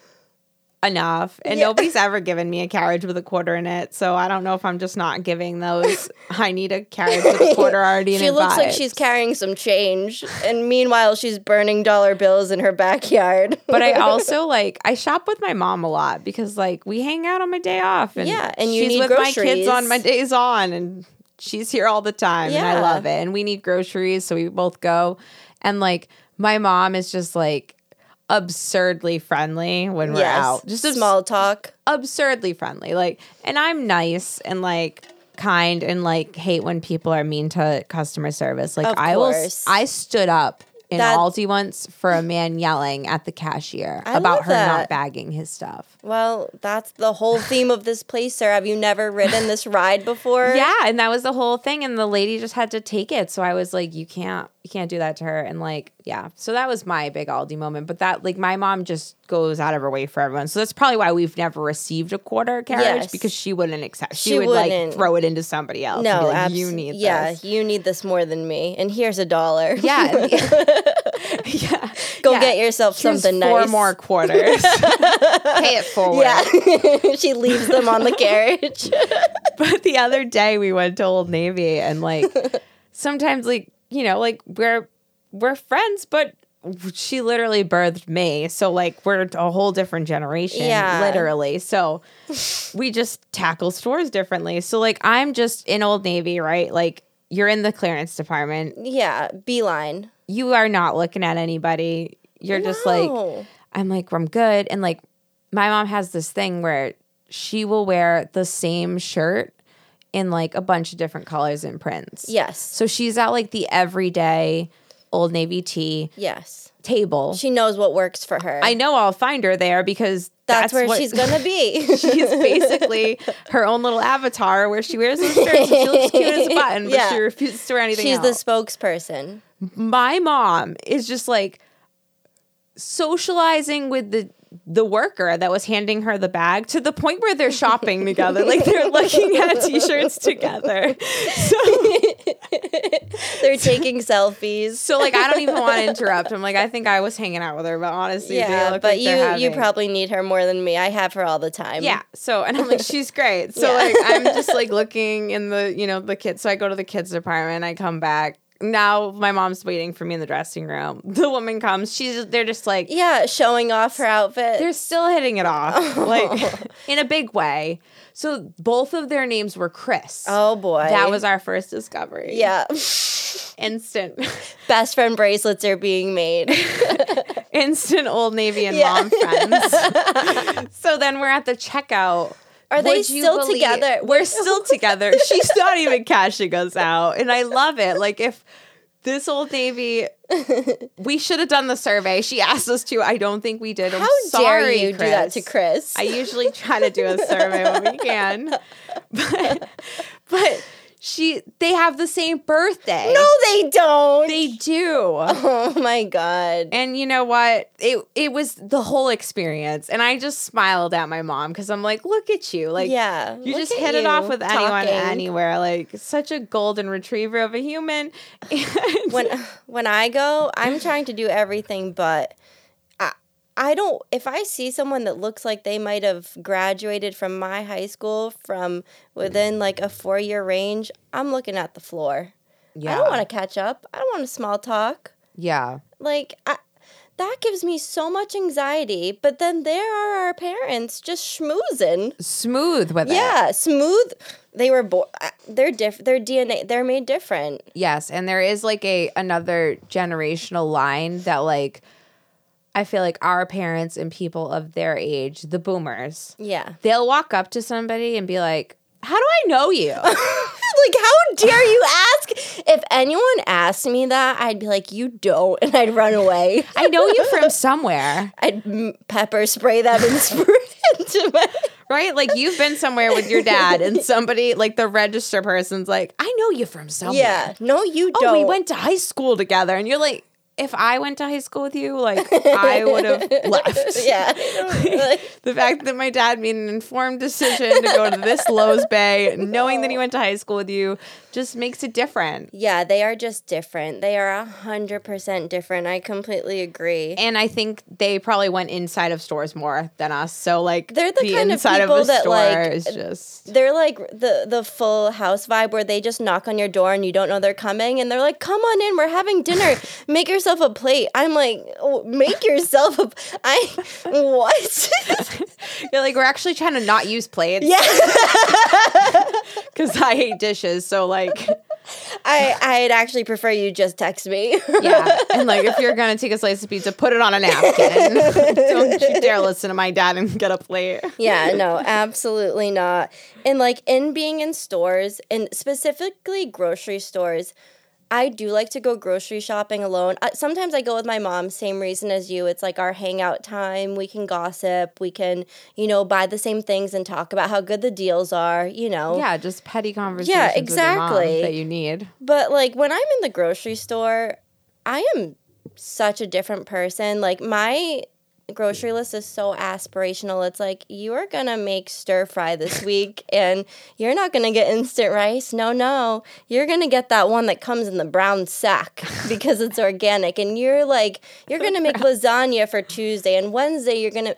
Speaker 1: enough, and
Speaker 2: Yeah.
Speaker 1: nobody's ever given me a carriage with a quarter in it. So I don't know if I'm just not giving those. I need a carriage with a quarter already. in
Speaker 2: She
Speaker 1: it
Speaker 2: looks like
Speaker 1: vibes.
Speaker 2: she's carrying some change and meanwhile she's burning dollar bills in her backyard.
Speaker 1: But I also like I shop with my mom a lot because like we hang out on my day off, and
Speaker 2: Yeah, and you
Speaker 1: she's
Speaker 2: need
Speaker 1: with my
Speaker 2: groceries.
Speaker 1: kids on my days on, and she's here all the time, and
Speaker 2: Yeah.
Speaker 1: I love it. And we need groceries, so we both go, and like my mom is just like absurdly friendly when we're out, just abs-
Speaker 2: small talk.
Speaker 1: absurdly friendly, like, and I'm nice and like kind and like hate when people are mean to customer service. Like
Speaker 2: Of
Speaker 1: I will,
Speaker 2: course.
Speaker 1: s- I stood up. In
Speaker 2: That's-
Speaker 1: Aldi once for a man yelling at the cashier
Speaker 2: I love
Speaker 1: about her
Speaker 2: that.
Speaker 1: not bagging his stuff.
Speaker 2: Well, that's the whole theme of this place, sir. Have you never ridden this ride before?
Speaker 1: Yeah, and that was the whole thing and the lady just had to take it. So I was like, you can't you can't do that to her and like, yeah. So that was my big Aldi moment, but that like my mom just goes out of her way for everyone. So that's probably why we've never received a quarter carriage
Speaker 2: Yes.
Speaker 1: because she wouldn't accept. She,
Speaker 2: She
Speaker 1: would
Speaker 2: wouldn't.
Speaker 1: like throw it into somebody else. and be
Speaker 2: No,
Speaker 1: like,
Speaker 2: abs-
Speaker 1: you need
Speaker 2: Yeah,
Speaker 1: this.
Speaker 2: you need this more than me. And here's a dollar.
Speaker 1: Yeah. yeah.
Speaker 2: Go
Speaker 1: Yeah.
Speaker 2: get yourself
Speaker 1: Here's
Speaker 2: something
Speaker 1: four
Speaker 2: nice.
Speaker 1: more quarters. Pay it forward.
Speaker 2: Yeah. she leaves them on the carriage.
Speaker 1: But the other day we went to Old Navy and like sometimes like you know like we're we're friends, but she literally birthed me, so like we're a whole different generation,
Speaker 2: Yeah.
Speaker 1: literally. So we just tackle stores differently. So like I'm just in Old Navy, right? Like you're in the clearance department.
Speaker 2: yeah, beeline.
Speaker 1: You are not looking at anybody. You're just like
Speaker 2: No.
Speaker 1: I'm like, I'm good. And like, my mom has this thing where she will wear the same shirt in like a bunch of different colors and prints.
Speaker 2: yes,
Speaker 1: So she's at like the everyday Old Navy tea
Speaker 2: yes.
Speaker 1: table.
Speaker 2: She knows what works for her.
Speaker 1: I know I'll find her there because
Speaker 2: that's,
Speaker 1: that's,
Speaker 2: where
Speaker 1: what-
Speaker 2: she's gonna be.
Speaker 1: She's basically her own little avatar where she wears this shirt. So she looks cute as a button, but
Speaker 2: Yeah.
Speaker 1: she refuses to wear anything
Speaker 2: she's
Speaker 1: else
Speaker 2: the spokesperson.
Speaker 1: my mom is just like socializing with the the worker that was handing her the bag to the point where they're shopping together like they're looking at t-shirts together so,
Speaker 2: They're taking selfies.
Speaker 1: so like i don't even want to interrupt i'm like i think i was hanging out with her but honestly they
Speaker 2: Yeah,
Speaker 1: look
Speaker 2: but
Speaker 1: like
Speaker 2: you
Speaker 1: they're
Speaker 2: you
Speaker 1: having-
Speaker 2: probably need her more than me. I have her all the time.
Speaker 1: yeah so and i'm like she's great so
Speaker 2: Yeah.
Speaker 1: like i'm just like looking in the you know the kids so i go to the kids department i come back now my mom's waiting for me in the dressing room the woman comes she's they're just like
Speaker 2: yeah, showing off her outfit.
Speaker 1: they're still hitting it off like in a big way so both of their names were chris
Speaker 2: oh boy,
Speaker 1: that was our first discovery
Speaker 2: yeah.
Speaker 1: instant
Speaker 2: Best friend bracelets are being made.
Speaker 1: instant old navy and
Speaker 2: Yeah.
Speaker 1: mom friends so then we're at the checkout
Speaker 2: Are they
Speaker 1: Would you
Speaker 2: still
Speaker 1: believe-
Speaker 2: together?
Speaker 1: We're still together. She's not even cashing us out. And I love it. Like, if This old Navy, we should have done the survey. She asked us to. I don't think we did. I'm
Speaker 2: How
Speaker 1: sorry,
Speaker 2: dare you
Speaker 1: Chris.
Speaker 2: do that to Chris?
Speaker 1: I usually try to do a survey when we can, but but she they have the same birthday.
Speaker 2: no, they don't.
Speaker 1: they do.
Speaker 2: oh my god.
Speaker 1: And you know what? It it was the whole experience, and I just smiled at my mom because I'm like, look at you, like
Speaker 2: yeah.
Speaker 1: You
Speaker 2: look
Speaker 1: just
Speaker 2: at
Speaker 1: hit it off
Speaker 2: you
Speaker 1: with anyone
Speaker 2: talking.
Speaker 1: anywhere. Like such a golden retriever of a human. And
Speaker 2: when when I go, I'm trying to do everything, but I I don't. If I see someone that looks like they might have graduated from my high school from within like a four year range, I'm looking at the floor. I
Speaker 1: yeah.
Speaker 2: don't want to catch up. I don't want to small talk.
Speaker 1: yeah.
Speaker 2: Like I, that gives me so much anxiety. But then there are our parents just schmoozing.
Speaker 1: Smooth with it.
Speaker 2: Yeah, smooth. They were born. They're different. Their DNA. They're made different.
Speaker 1: Yes. And there is like a another generational line that like I feel like our parents and people of their age, the boomers,
Speaker 2: Yeah.
Speaker 1: they'll walk up to somebody and be like, How do I know you?
Speaker 2: like how dare you ask if anyone asked me that i'd be like you don't and i'd run away
Speaker 1: I know you from somewhere.
Speaker 2: i'd m- pepper spray them and spray it into my
Speaker 1: Right? Like you've been somewhere with your dad and somebody like the register person's like, I know you from somewhere.
Speaker 2: yeah no you
Speaker 1: oh,
Speaker 2: don't
Speaker 1: we went to high school together. And you're like, if I went to high school with you, like, I would have left.
Speaker 2: yeah Like,
Speaker 1: The fact that my dad made an informed decision to go to this Lowe's Bay, knowing that he went to high school with you, just makes it different.
Speaker 2: yeah they are just different they are a hundred percent different i completely agree
Speaker 1: And I think they probably went inside of stores more than us. So, like,
Speaker 2: They're the kind of
Speaker 1: inside
Speaker 2: people
Speaker 1: a
Speaker 2: that,
Speaker 1: store
Speaker 2: like,
Speaker 1: is just.
Speaker 2: they're like the the full house vibe where they just knock on your door and you don't know they're coming and they're like come on in we're having dinner make yourself a plate i'm like oh, make yourself a i what
Speaker 1: You're like, we're actually trying to not use plates. Because I hate dishes. So, like.
Speaker 2: i i'd actually prefer you just text me
Speaker 1: Yeah. And like, if you're going to take a slice of pizza, put it on a napkin. Don't you dare listen to my dad and get up late.
Speaker 2: yeah no absolutely not and like in being in stores and specifically grocery stores I do like to go grocery shopping alone. Uh, sometimes I go with my mom, same reason as you. It's like our hangout time. We can gossip. We can, you know, buy the same things and talk about how good the deals are, you know.
Speaker 1: Yeah, just petty conversations with your
Speaker 2: exactly.
Speaker 1: mom that you need.
Speaker 2: But like when I'm in the grocery store, I am such a different person. Like my grocery list is so aspirational. It's like you are going to make stir fry this week and you're not going to get instant rice. No, no. You're going to get that one that comes in the brown sack because it's organic and you're like you're going to make lasagna for Tuesday and Wednesday you're going to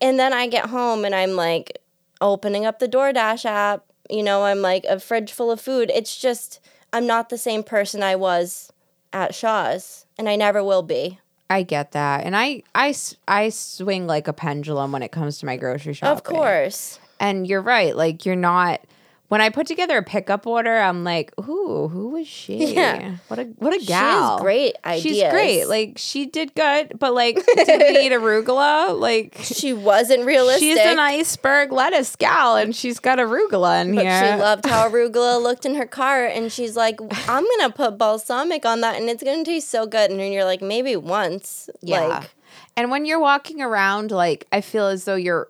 Speaker 2: and then I get home and I'm like opening up the DoorDash app, you know, I'm like a fridge full of food. It's just I'm not the same person I was at Shaw's, and I never will be.
Speaker 1: I get that. And I, I, s- I swing like a pendulum when it comes to my grocery shopping.
Speaker 2: Of course.
Speaker 1: And you're right. Like, you're not. When I put together a pickup order, I'm like, "Ooh, who is she?
Speaker 2: Yeah.
Speaker 1: What a what a
Speaker 2: She has
Speaker 1: gal!
Speaker 2: great ideas.
Speaker 1: She's great. Like she did good, but like, did we eat arugula? Like
Speaker 2: she wasn't realistic.
Speaker 1: She's an iceberg lettuce gal, and she's got arugula in
Speaker 2: but
Speaker 1: here.
Speaker 2: she loved how arugula looked in her cart, and she's like, "I'm gonna put balsamic on that, and it's gonna taste so good." And then you're like, "Maybe once,
Speaker 1: yeah.
Speaker 2: like,
Speaker 1: and when you're walking around, like I feel as though you're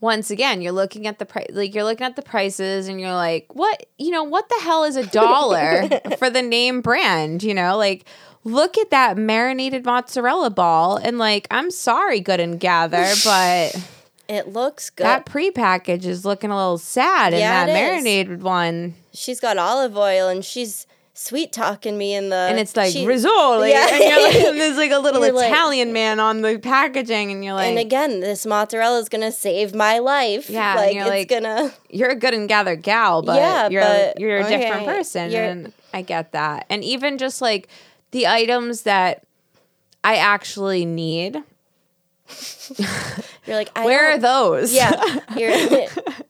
Speaker 1: once again you're looking at the price, like you're looking at the prices, and you're like, what? You know, what the hell is a dollar for the name brand? You know, like. Look at that marinated mozzarella ball, and like, I'm sorry, Good and Gather, but
Speaker 2: it looks good."
Speaker 1: that prepackage is looking a little sad, and
Speaker 2: Yeah,
Speaker 1: that
Speaker 2: it is.
Speaker 1: marinated one,
Speaker 2: she's got olive oil, and she's sweet talking me in the,
Speaker 1: and it's like
Speaker 2: Uh, she-
Speaker 1: rizzoli,
Speaker 2: Yeah.
Speaker 1: and you're like, there's like a little
Speaker 2: You're like-
Speaker 1: Italian man on the packaging, and you're like,
Speaker 2: and again, this mozzarella is gonna save my life.
Speaker 1: Yeah, and
Speaker 2: like
Speaker 1: you're
Speaker 2: it's
Speaker 1: like-
Speaker 2: gonna.
Speaker 1: you're a good and gather gal, but
Speaker 2: Yeah,
Speaker 1: you're
Speaker 2: but-
Speaker 1: you're a different
Speaker 2: okay,
Speaker 1: person,
Speaker 2: you're-
Speaker 1: and I get that. And even just like the items that I actually need,
Speaker 2: You're like, I
Speaker 1: where
Speaker 2: don't-
Speaker 1: are those?
Speaker 2: Yeah, you're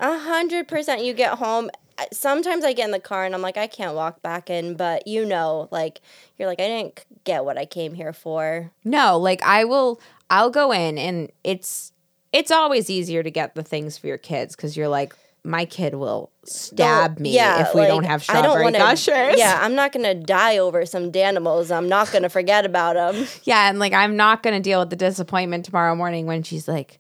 Speaker 2: a hundred percent. You get home. Sometimes I get in the car and I'm like, I can't walk back in, but you know, like you're like, I didn't get what I came here for.
Speaker 1: No, like I will I'll go in and it's it's always easier to get the things for your kids cuz you're like my kid will stab me if we don't
Speaker 2: like,
Speaker 1: have
Speaker 2: I
Speaker 1: strawberry
Speaker 2: don't wanna-
Speaker 1: gushers.
Speaker 2: Yeah, I'm not gonna die over some Danimals. I'm not gonna forget about them.
Speaker 1: Yeah, and like I'm not gonna deal with the disappointment tomorrow morning when she's like,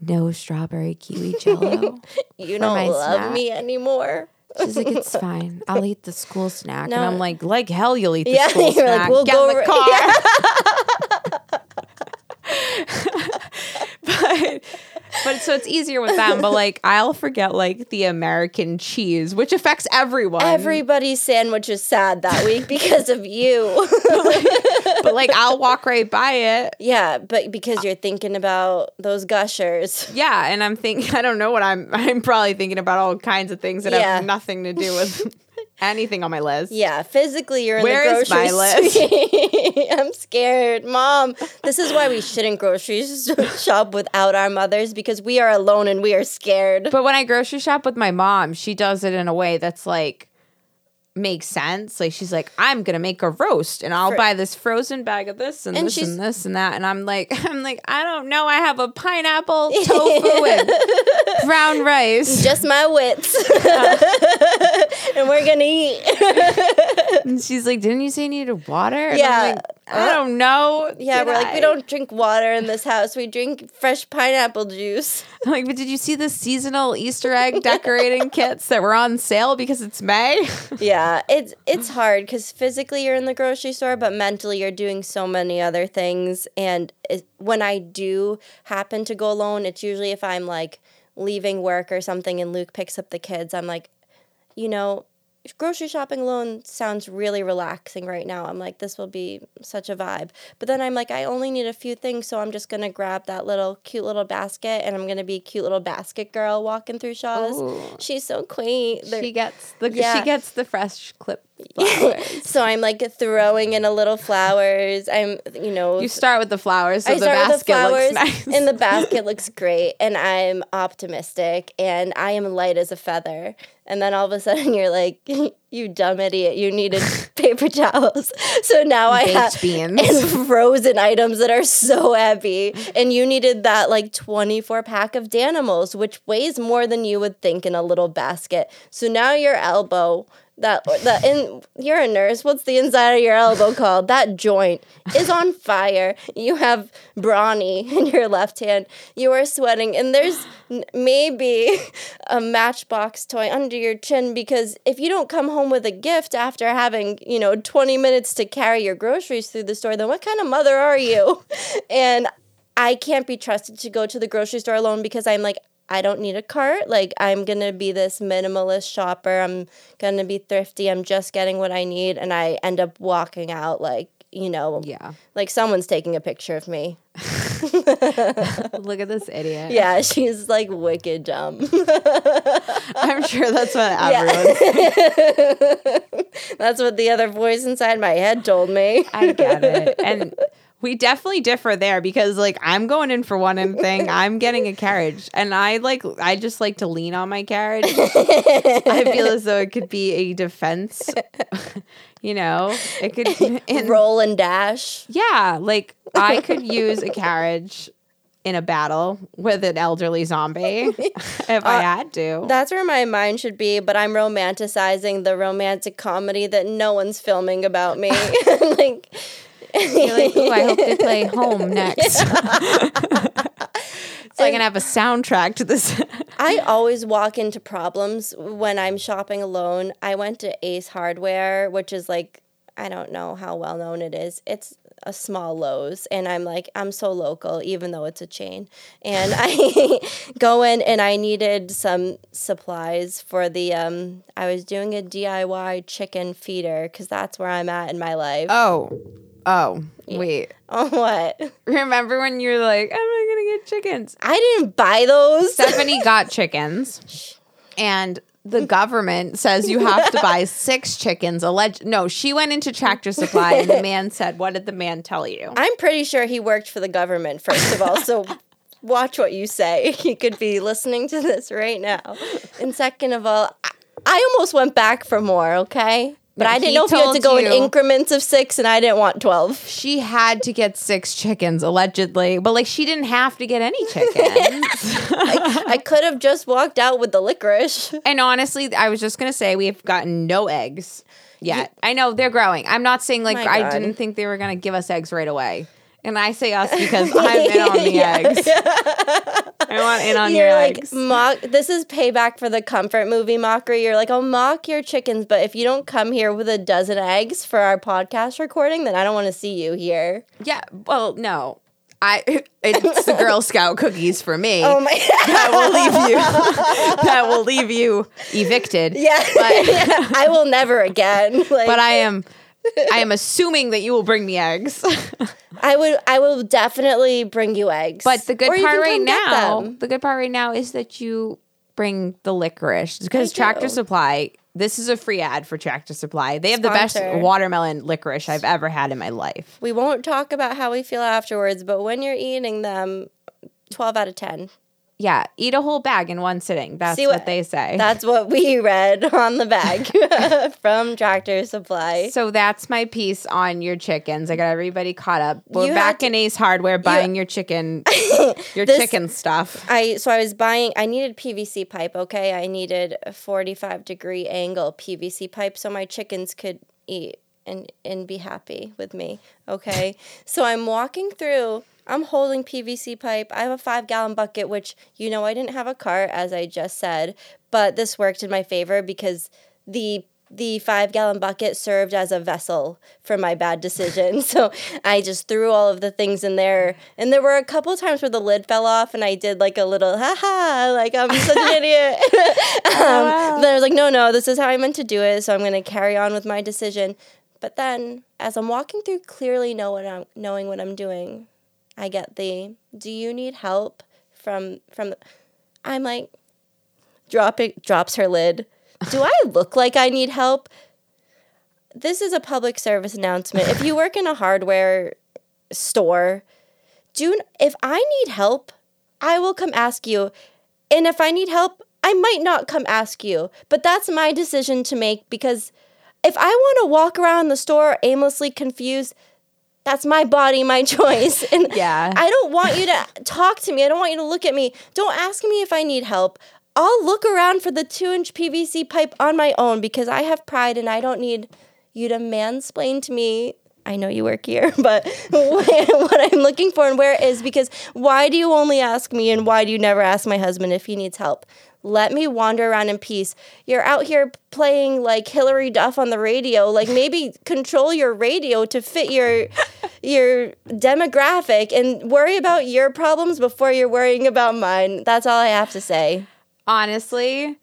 Speaker 1: no strawberry kiwi jello.
Speaker 2: You
Speaker 1: my
Speaker 2: don't love
Speaker 1: snack.
Speaker 2: me anymore.
Speaker 1: she's like, it's fine. I'll eat the school snack.
Speaker 2: No.
Speaker 1: And I'm like, like hell you'll eat the
Speaker 2: Yeah,
Speaker 1: school
Speaker 2: you're like,
Speaker 1: snack.
Speaker 2: "We'll
Speaker 1: Get
Speaker 2: go
Speaker 1: in the
Speaker 2: ri-
Speaker 1: car.
Speaker 2: Yeah.
Speaker 1: but but so it's easier with them. But like I'll forget like the American cheese, which affects everyone.
Speaker 2: Everybody's sandwich is sad that week because of you.
Speaker 1: but like I'll walk right by it.
Speaker 2: yeah, but
Speaker 1: Uh.
Speaker 2: because you're thinking about those gushers.
Speaker 1: Yeah, and I'm thinking I don't know what I'm I'm probably thinking about all kinds of things that
Speaker 2: Yeah.
Speaker 1: have nothing to do with anything on my list.
Speaker 2: Yeah, physically you're in
Speaker 1: Where
Speaker 2: the
Speaker 1: is
Speaker 2: grocery
Speaker 1: my list?
Speaker 2: store. I'm scared, mom. This is why we shouldn't grocery shop without our mothers because we are alone and we are scared.
Speaker 1: But when I grocery shop with my mom, she does it in a way that's like makes sense. Like she's like, I'm gonna make a roast and I'll buy this frozen bag of this and,
Speaker 2: And
Speaker 1: this
Speaker 2: she's-
Speaker 1: and this and that. And I'm like, I'm like, I don't know. I have a pineapple, tofu, and brown rice.
Speaker 2: just my wits. and we're gonna eat.
Speaker 1: And she's like, Didn't you say you needed water? And I'm
Speaker 2: Yeah. Uh,
Speaker 1: like, I don't know.
Speaker 2: Yeah,
Speaker 1: Did
Speaker 2: we're like,
Speaker 1: I?"
Speaker 2: we don't drink water in this house. We drink fresh pineapple juice.
Speaker 1: I'm like, but did you see the seasonal Easter egg decorating kits that were on sale because it's May?
Speaker 2: Yeah, it's it's hard because physically you're in the grocery store, but mentally you're doing so many other things. And it, when I do happen to go alone, it's usually if I'm like leaving work or something, and Luke picks up the kids. I'm like, you know, grocery shopping alone sounds really relaxing right now. I'm like, this will be such a vibe. But then I'm like, I only need a few things, so I'm just gonna grab that little cute little basket, and I'm gonna be a cute little basket girl walking through Shaw's.
Speaker 1: Ooh.
Speaker 2: She's so quaint. They're-
Speaker 1: she gets the
Speaker 2: Yeah.
Speaker 1: she gets the fresh clip flowers.
Speaker 2: so I'm like throwing in a little flowers. I'm, you know,
Speaker 1: You start with the flowers, so
Speaker 2: I
Speaker 1: the
Speaker 2: start
Speaker 1: basket
Speaker 2: with the flowers,
Speaker 1: looks nice.
Speaker 2: and the basket looks great, and I'm optimistic, and I am light as a feather. And then all of a sudden, you're like, "You dumb idiot! You needed paper towels." So now I have
Speaker 1: Baked beans.
Speaker 2: and frozen items that are so heavy, and you needed that like 24 pack of Danimals, which weighs more than you would think in a little basket. So now your elbow. That the in you're a nurse. What's the inside of your elbow called? That joint is on fire. You have brawny in your left hand. You are sweating, and there's n- maybe a matchbox toy under your chin because if you don't come home with a gift after having, you know, 20 minutes to carry your groceries through the store, then what kind of mother are you? And I can't be trusted to go to the grocery store alone because I'm like, I don't need a cart. Like, I'm going to be this minimalist shopper. I'm going to be thrifty. I'm just getting what I need. And I end up walking out like, you know,
Speaker 1: yeah.
Speaker 2: like someone's taking a picture of me.
Speaker 1: Look at this idiot.
Speaker 2: Yeah, she's like wicked dumb.
Speaker 1: I'm sure that's what everyone
Speaker 2: That's what the other voice inside my head told me.
Speaker 1: I get it. And we definitely differ there because like I'm going in for one and thing. I'm getting a carriage. And I like I just like to lean on my carriage. I feel as though it could be a defense. you know? It could and
Speaker 2: Roll and dash.
Speaker 1: Yeah, like I could use a carriage in a battle with an elderly zombie if
Speaker 2: Uh,
Speaker 1: I had to.
Speaker 2: That's where my mind should be, but I'm romanticizing the romantic comedy that no one's filming about me. like,
Speaker 1: You're like, ooh, I hope they play home next. so I can have a soundtrack to this.
Speaker 2: I always walk into problems when I'm shopping alone. I went to Ace Hardware, which is like, I don't know how well known it is. It's a small Lowe's, and I'm like, I'm so local, even though it's a chain. And I go in and I needed some supplies for the, um, I was doing a DIY chicken feeder because that's where I'm at in my life.
Speaker 1: oh, oh, wait.
Speaker 2: Oh, what?
Speaker 1: Remember when you were like, I'm not gonna get chickens?
Speaker 2: I didn't buy those.
Speaker 1: Stephanie got chickens, and the government says you have to buy six chickens. Alleged? No, she went into Tractor Supply, and the man said, "What did the man tell you?"
Speaker 2: I'm pretty sure he worked for the government, first of all. So watch what you say. He could be listening to this right now. And second of all, I, I almost went back for more, okay? But I didn't
Speaker 1: he
Speaker 2: know if you had to
Speaker 1: told
Speaker 2: go
Speaker 1: you-
Speaker 2: in increments of six, and I didn't want 12.
Speaker 1: She had to get six chickens allegedly, but like she didn't have to get any chickens.
Speaker 2: I could have just walked out with the licorice.
Speaker 1: and honestly, I was just gonna say we've gotten no eggs yet. I know they're growing. I'm not saying like
Speaker 2: My
Speaker 1: I
Speaker 2: God.
Speaker 1: didn't think they were gonna give us eggs right away. And I say us because I'm in on the eggs. I want in on
Speaker 2: You're
Speaker 1: your
Speaker 2: like,
Speaker 1: eggs.
Speaker 2: mock. This is payback for the comfort movie mockery. You're like, I'll mock your chickens, but if you don't come here with a dozen eggs for our podcast recording, then I don't want to see you here.
Speaker 1: Yeah. Well, no. I it's the Girl Scout cookies for me.
Speaker 2: Oh my
Speaker 1: that will leave you. that will leave you evicted.
Speaker 2: Yeah. I will never again. Like,
Speaker 1: But I am. I am assuming that you will bring me eggs.
Speaker 2: I would I will definitely bring you eggs.
Speaker 1: But the
Speaker 2: Or
Speaker 1: good
Speaker 2: you
Speaker 1: part
Speaker 2: can
Speaker 1: right
Speaker 2: come get
Speaker 1: now,
Speaker 2: them.
Speaker 1: the good part right now is that you bring the licorice because
Speaker 2: I
Speaker 1: Tractor
Speaker 2: do.
Speaker 1: Supply. This is a free ad for Tractor Supply. They have the
Speaker 2: Sponsor.
Speaker 1: best watermelon licorice I've ever had in my life.
Speaker 2: We won't talk about how we feel afterwards, but when you're eating them, 12 out of 10.
Speaker 1: Yeah, eat a whole bag in one sitting. That's
Speaker 2: See
Speaker 1: what,
Speaker 2: what-
Speaker 1: they say.
Speaker 2: That's what we read on the bag from Tractor Supply.
Speaker 1: so that's my piece on your chickens. I got everybody caught up. We're
Speaker 2: You had
Speaker 1: back
Speaker 2: to-
Speaker 1: in Ace Hardware buying your chicken, your
Speaker 2: This-
Speaker 1: chicken stuff.
Speaker 2: I so I was buying I needed PVC pipe, okay? I needed a 45 degree angle PVC pipe so my chickens could eat and and be happy with me, okay? so I'm walking through I'm holding PVC pipe. I have a 5 gallon bucket which you know I didn't have a cart as I just said, but this worked in my favor because the the five gallon bucket served as a vessel for my bad decision. So I just threw all of the things in there. And there were a couple times where the lid fell off and I did like a little, haha, like I'm such an idiot. um, then I was like, no, no, this is how I meant to do it. So I'm going to carry on with my decision. But then as I'm walking through, clearly know what I'm, knowing what I'm doing, I get the, do you need help from, from, the, I'm like, dropping drops her lid. Do I look like I need help? This is a public service announcement. If you work in a hardware store, do if I need help, I will come ask you. And if I need help, I might not come ask you. But that's my decision to make because if I want to walk around the store aimlessly confused, that's my body, my choice. And
Speaker 1: Yeah.
Speaker 2: I don't want you to talk to me. I don't want you to look at me. Don't ask me if I need help. I'll look around for the two inch PVC pipe on my own because I have pride and I don't need you to mansplain to me. I know you work here, but what I'm looking for and where it is because why do you only ask me and why do you never ask my husband if he needs help? Let me wander around in peace. You're out here playing like Hillary Duff on the radio. Like maybe control your radio to fit your your demographic and worry about your problems before you're worrying about mine. That's all I have to say.
Speaker 1: honestly,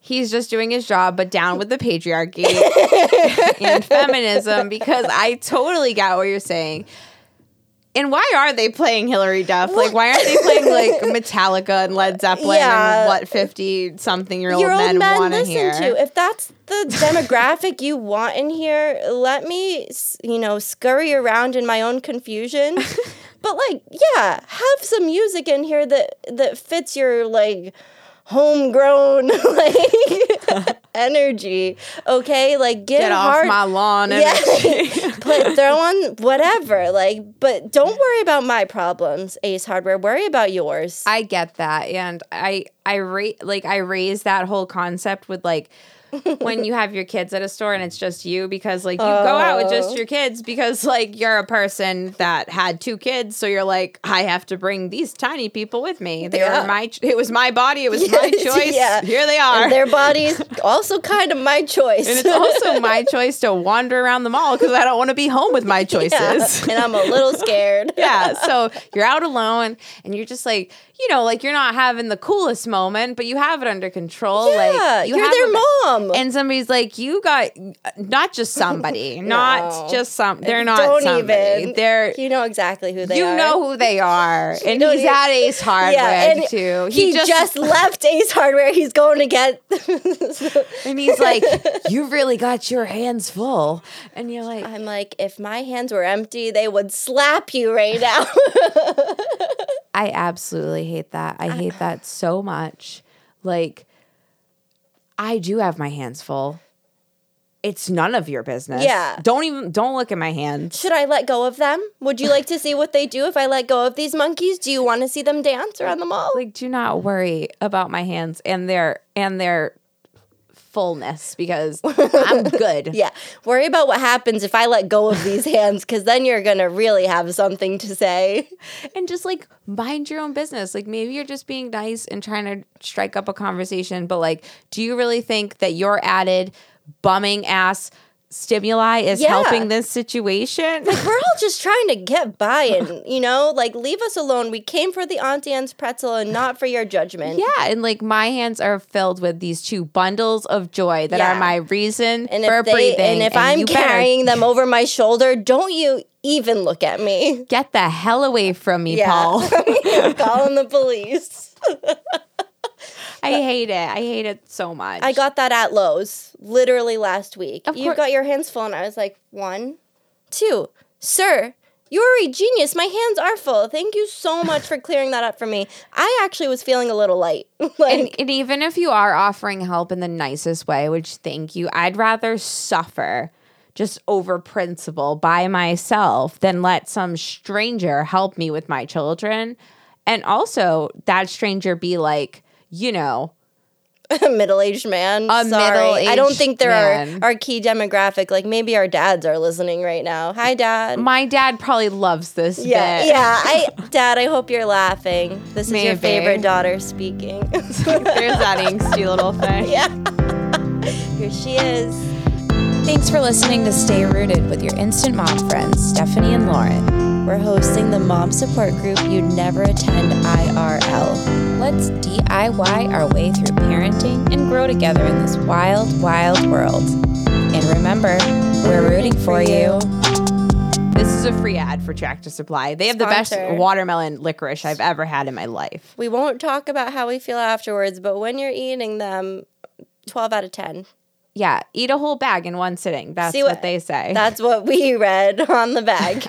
Speaker 1: he's just doing his job, but down with the patriarchy and feminism because I totally got what you're saying. And why are they playing Hillary Duff? Like, why aren't they playing like Metallica and Led Zeppelin
Speaker 2: Yeah.
Speaker 1: and what 50 something year old
Speaker 2: your old
Speaker 1: men
Speaker 2: men
Speaker 1: want to
Speaker 2: listen
Speaker 1: hear?
Speaker 2: to. If that's the demographic you want in here, let me, s- you know, scurry around in my own confusion. but like, yeah, have some music in here that that fits your like homegrown like energy. Okay, like get,
Speaker 1: Get off
Speaker 2: hard.
Speaker 1: my lawn. And
Speaker 2: Yeah. Put throw on whatever, like, but don't worry about my problems, Ace Hardware. Worry about yours.
Speaker 1: I get that, and I I rate like I raise that whole concept with like when you have your kids at a store and it's just you because like you go out with
Speaker 2: Oh.
Speaker 1: just your kids because like you're a person that had two kids so you're like I have to bring these tiny people with me. They
Speaker 2: Yeah.
Speaker 1: were my ch- it was my body, it was my
Speaker 2: Yes,
Speaker 1: choice.
Speaker 2: yeah.
Speaker 1: Here they are.
Speaker 2: And their body's also kind of my choice.
Speaker 1: and it's also my choice to wander around the mall because I don't want to be home with my choices.
Speaker 2: Yeah, and I'm a little scared.
Speaker 1: yeah. So you're out alone and you're just like, you know, like you're not having the coolest moment, but you have it under control.
Speaker 2: Yeah,
Speaker 1: like you
Speaker 2: you are
Speaker 1: have
Speaker 2: their
Speaker 1: a-
Speaker 2: mom.
Speaker 1: And somebody's like, you got not just somebody, not
Speaker 2: No.
Speaker 1: just some. They're not
Speaker 2: Don't
Speaker 1: somebody.
Speaker 2: even.
Speaker 1: They're
Speaker 2: you know exactly who they
Speaker 1: you
Speaker 2: are.
Speaker 1: know who they are. and
Speaker 2: don't
Speaker 1: he's
Speaker 2: even-
Speaker 1: at Ace Hardware
Speaker 2: Yeah, and
Speaker 1: too.
Speaker 2: he, just, left Ace Hardware. He's going to get.
Speaker 1: and he's like, you really got your hands full, and you're like,
Speaker 2: I'm like, if my hands were empty, they would slap you right now.
Speaker 1: I absolutely hate that. I hate that so much. Like, I do have my hands full. it's none of your business.
Speaker 2: Yeah.
Speaker 1: Don't even don't look at my hands.
Speaker 2: Should I let go of them? Would you like to see what they do if I let go of these monkeys? Do you want to see them dance around the mall?
Speaker 1: Like, do not worry about my hands and their and their fullness because I'm good.
Speaker 2: yeah. Worry about what happens if I let go of these hands because then you're going to really have something to say.
Speaker 1: And just like mind your own business. Like maybe you're just being nice and trying to strike up a conversation, but like, do you really think that your added bumming ass stimuli is
Speaker 2: Yeah.
Speaker 1: helping this situation?
Speaker 2: We're all just trying to get by and, you know, like leave us alone. We came for the Auntie Anne's pretzel and not for your judgment.
Speaker 1: Yeah, and like my hands are filled with these two bundles of joy that
Speaker 2: Yeah.
Speaker 1: are my reason
Speaker 2: And
Speaker 1: for
Speaker 2: if, they,
Speaker 1: breathing.
Speaker 2: and if I'm
Speaker 1: you better
Speaker 2: carrying them over my shoulder, don't you even look at me.
Speaker 1: get the hell away from me,
Speaker 2: Yeah.
Speaker 1: Paul.
Speaker 2: I'm calling the police.
Speaker 1: I hate it. I hate it so much.
Speaker 2: I got that at Lowe's literally last week.
Speaker 1: Of
Speaker 2: you
Speaker 1: course-
Speaker 2: got your hands full, and I was like, one, two, sir. You're a genius. My hands are full. Thank you so much for clearing that up for me. I actually was feeling a little light. like,
Speaker 1: and, and even if you are offering help in the nicest way, which thank you, I'd rather suffer just over principle by myself than let some stranger help me with my children. And also, that stranger be like, you know,
Speaker 2: a middle-aged man.
Speaker 1: A
Speaker 2: Sorry. I don't
Speaker 1: middle-aged
Speaker 2: think there
Speaker 1: man.
Speaker 2: are our key demographic. Like maybe our dads are listening right now. Hi, dad.
Speaker 1: my dad probably loves this
Speaker 2: yeah,
Speaker 1: bit.
Speaker 2: yeah. I, dad, I hope you're laughing. This is your
Speaker 1: Maybe.
Speaker 2: favorite daughter speaking.
Speaker 1: There's that angsty little thing.
Speaker 2: Here she is.
Speaker 3: Thanks for listening to Stay Rooted with your instant mom friends, Stephanie and Lauren.
Speaker 2: We're hosting the mom support group you'd never attend IRL.
Speaker 3: Let's DIY our way through parenting and grow together in this wild, wild world. And remember, we're rooting for you.
Speaker 1: This is a free ad for Tractor Supply. They have the
Speaker 2: Sponsor.
Speaker 1: best watermelon licorice I've ever had in my life.
Speaker 2: We won't talk about how we feel afterwards, but when you're eating them, 12 out of 10.
Speaker 1: Yeah, eat a whole bag in one sitting. That's
Speaker 2: See
Speaker 1: what,
Speaker 2: what-
Speaker 1: they say.
Speaker 2: That's what we read on the bag.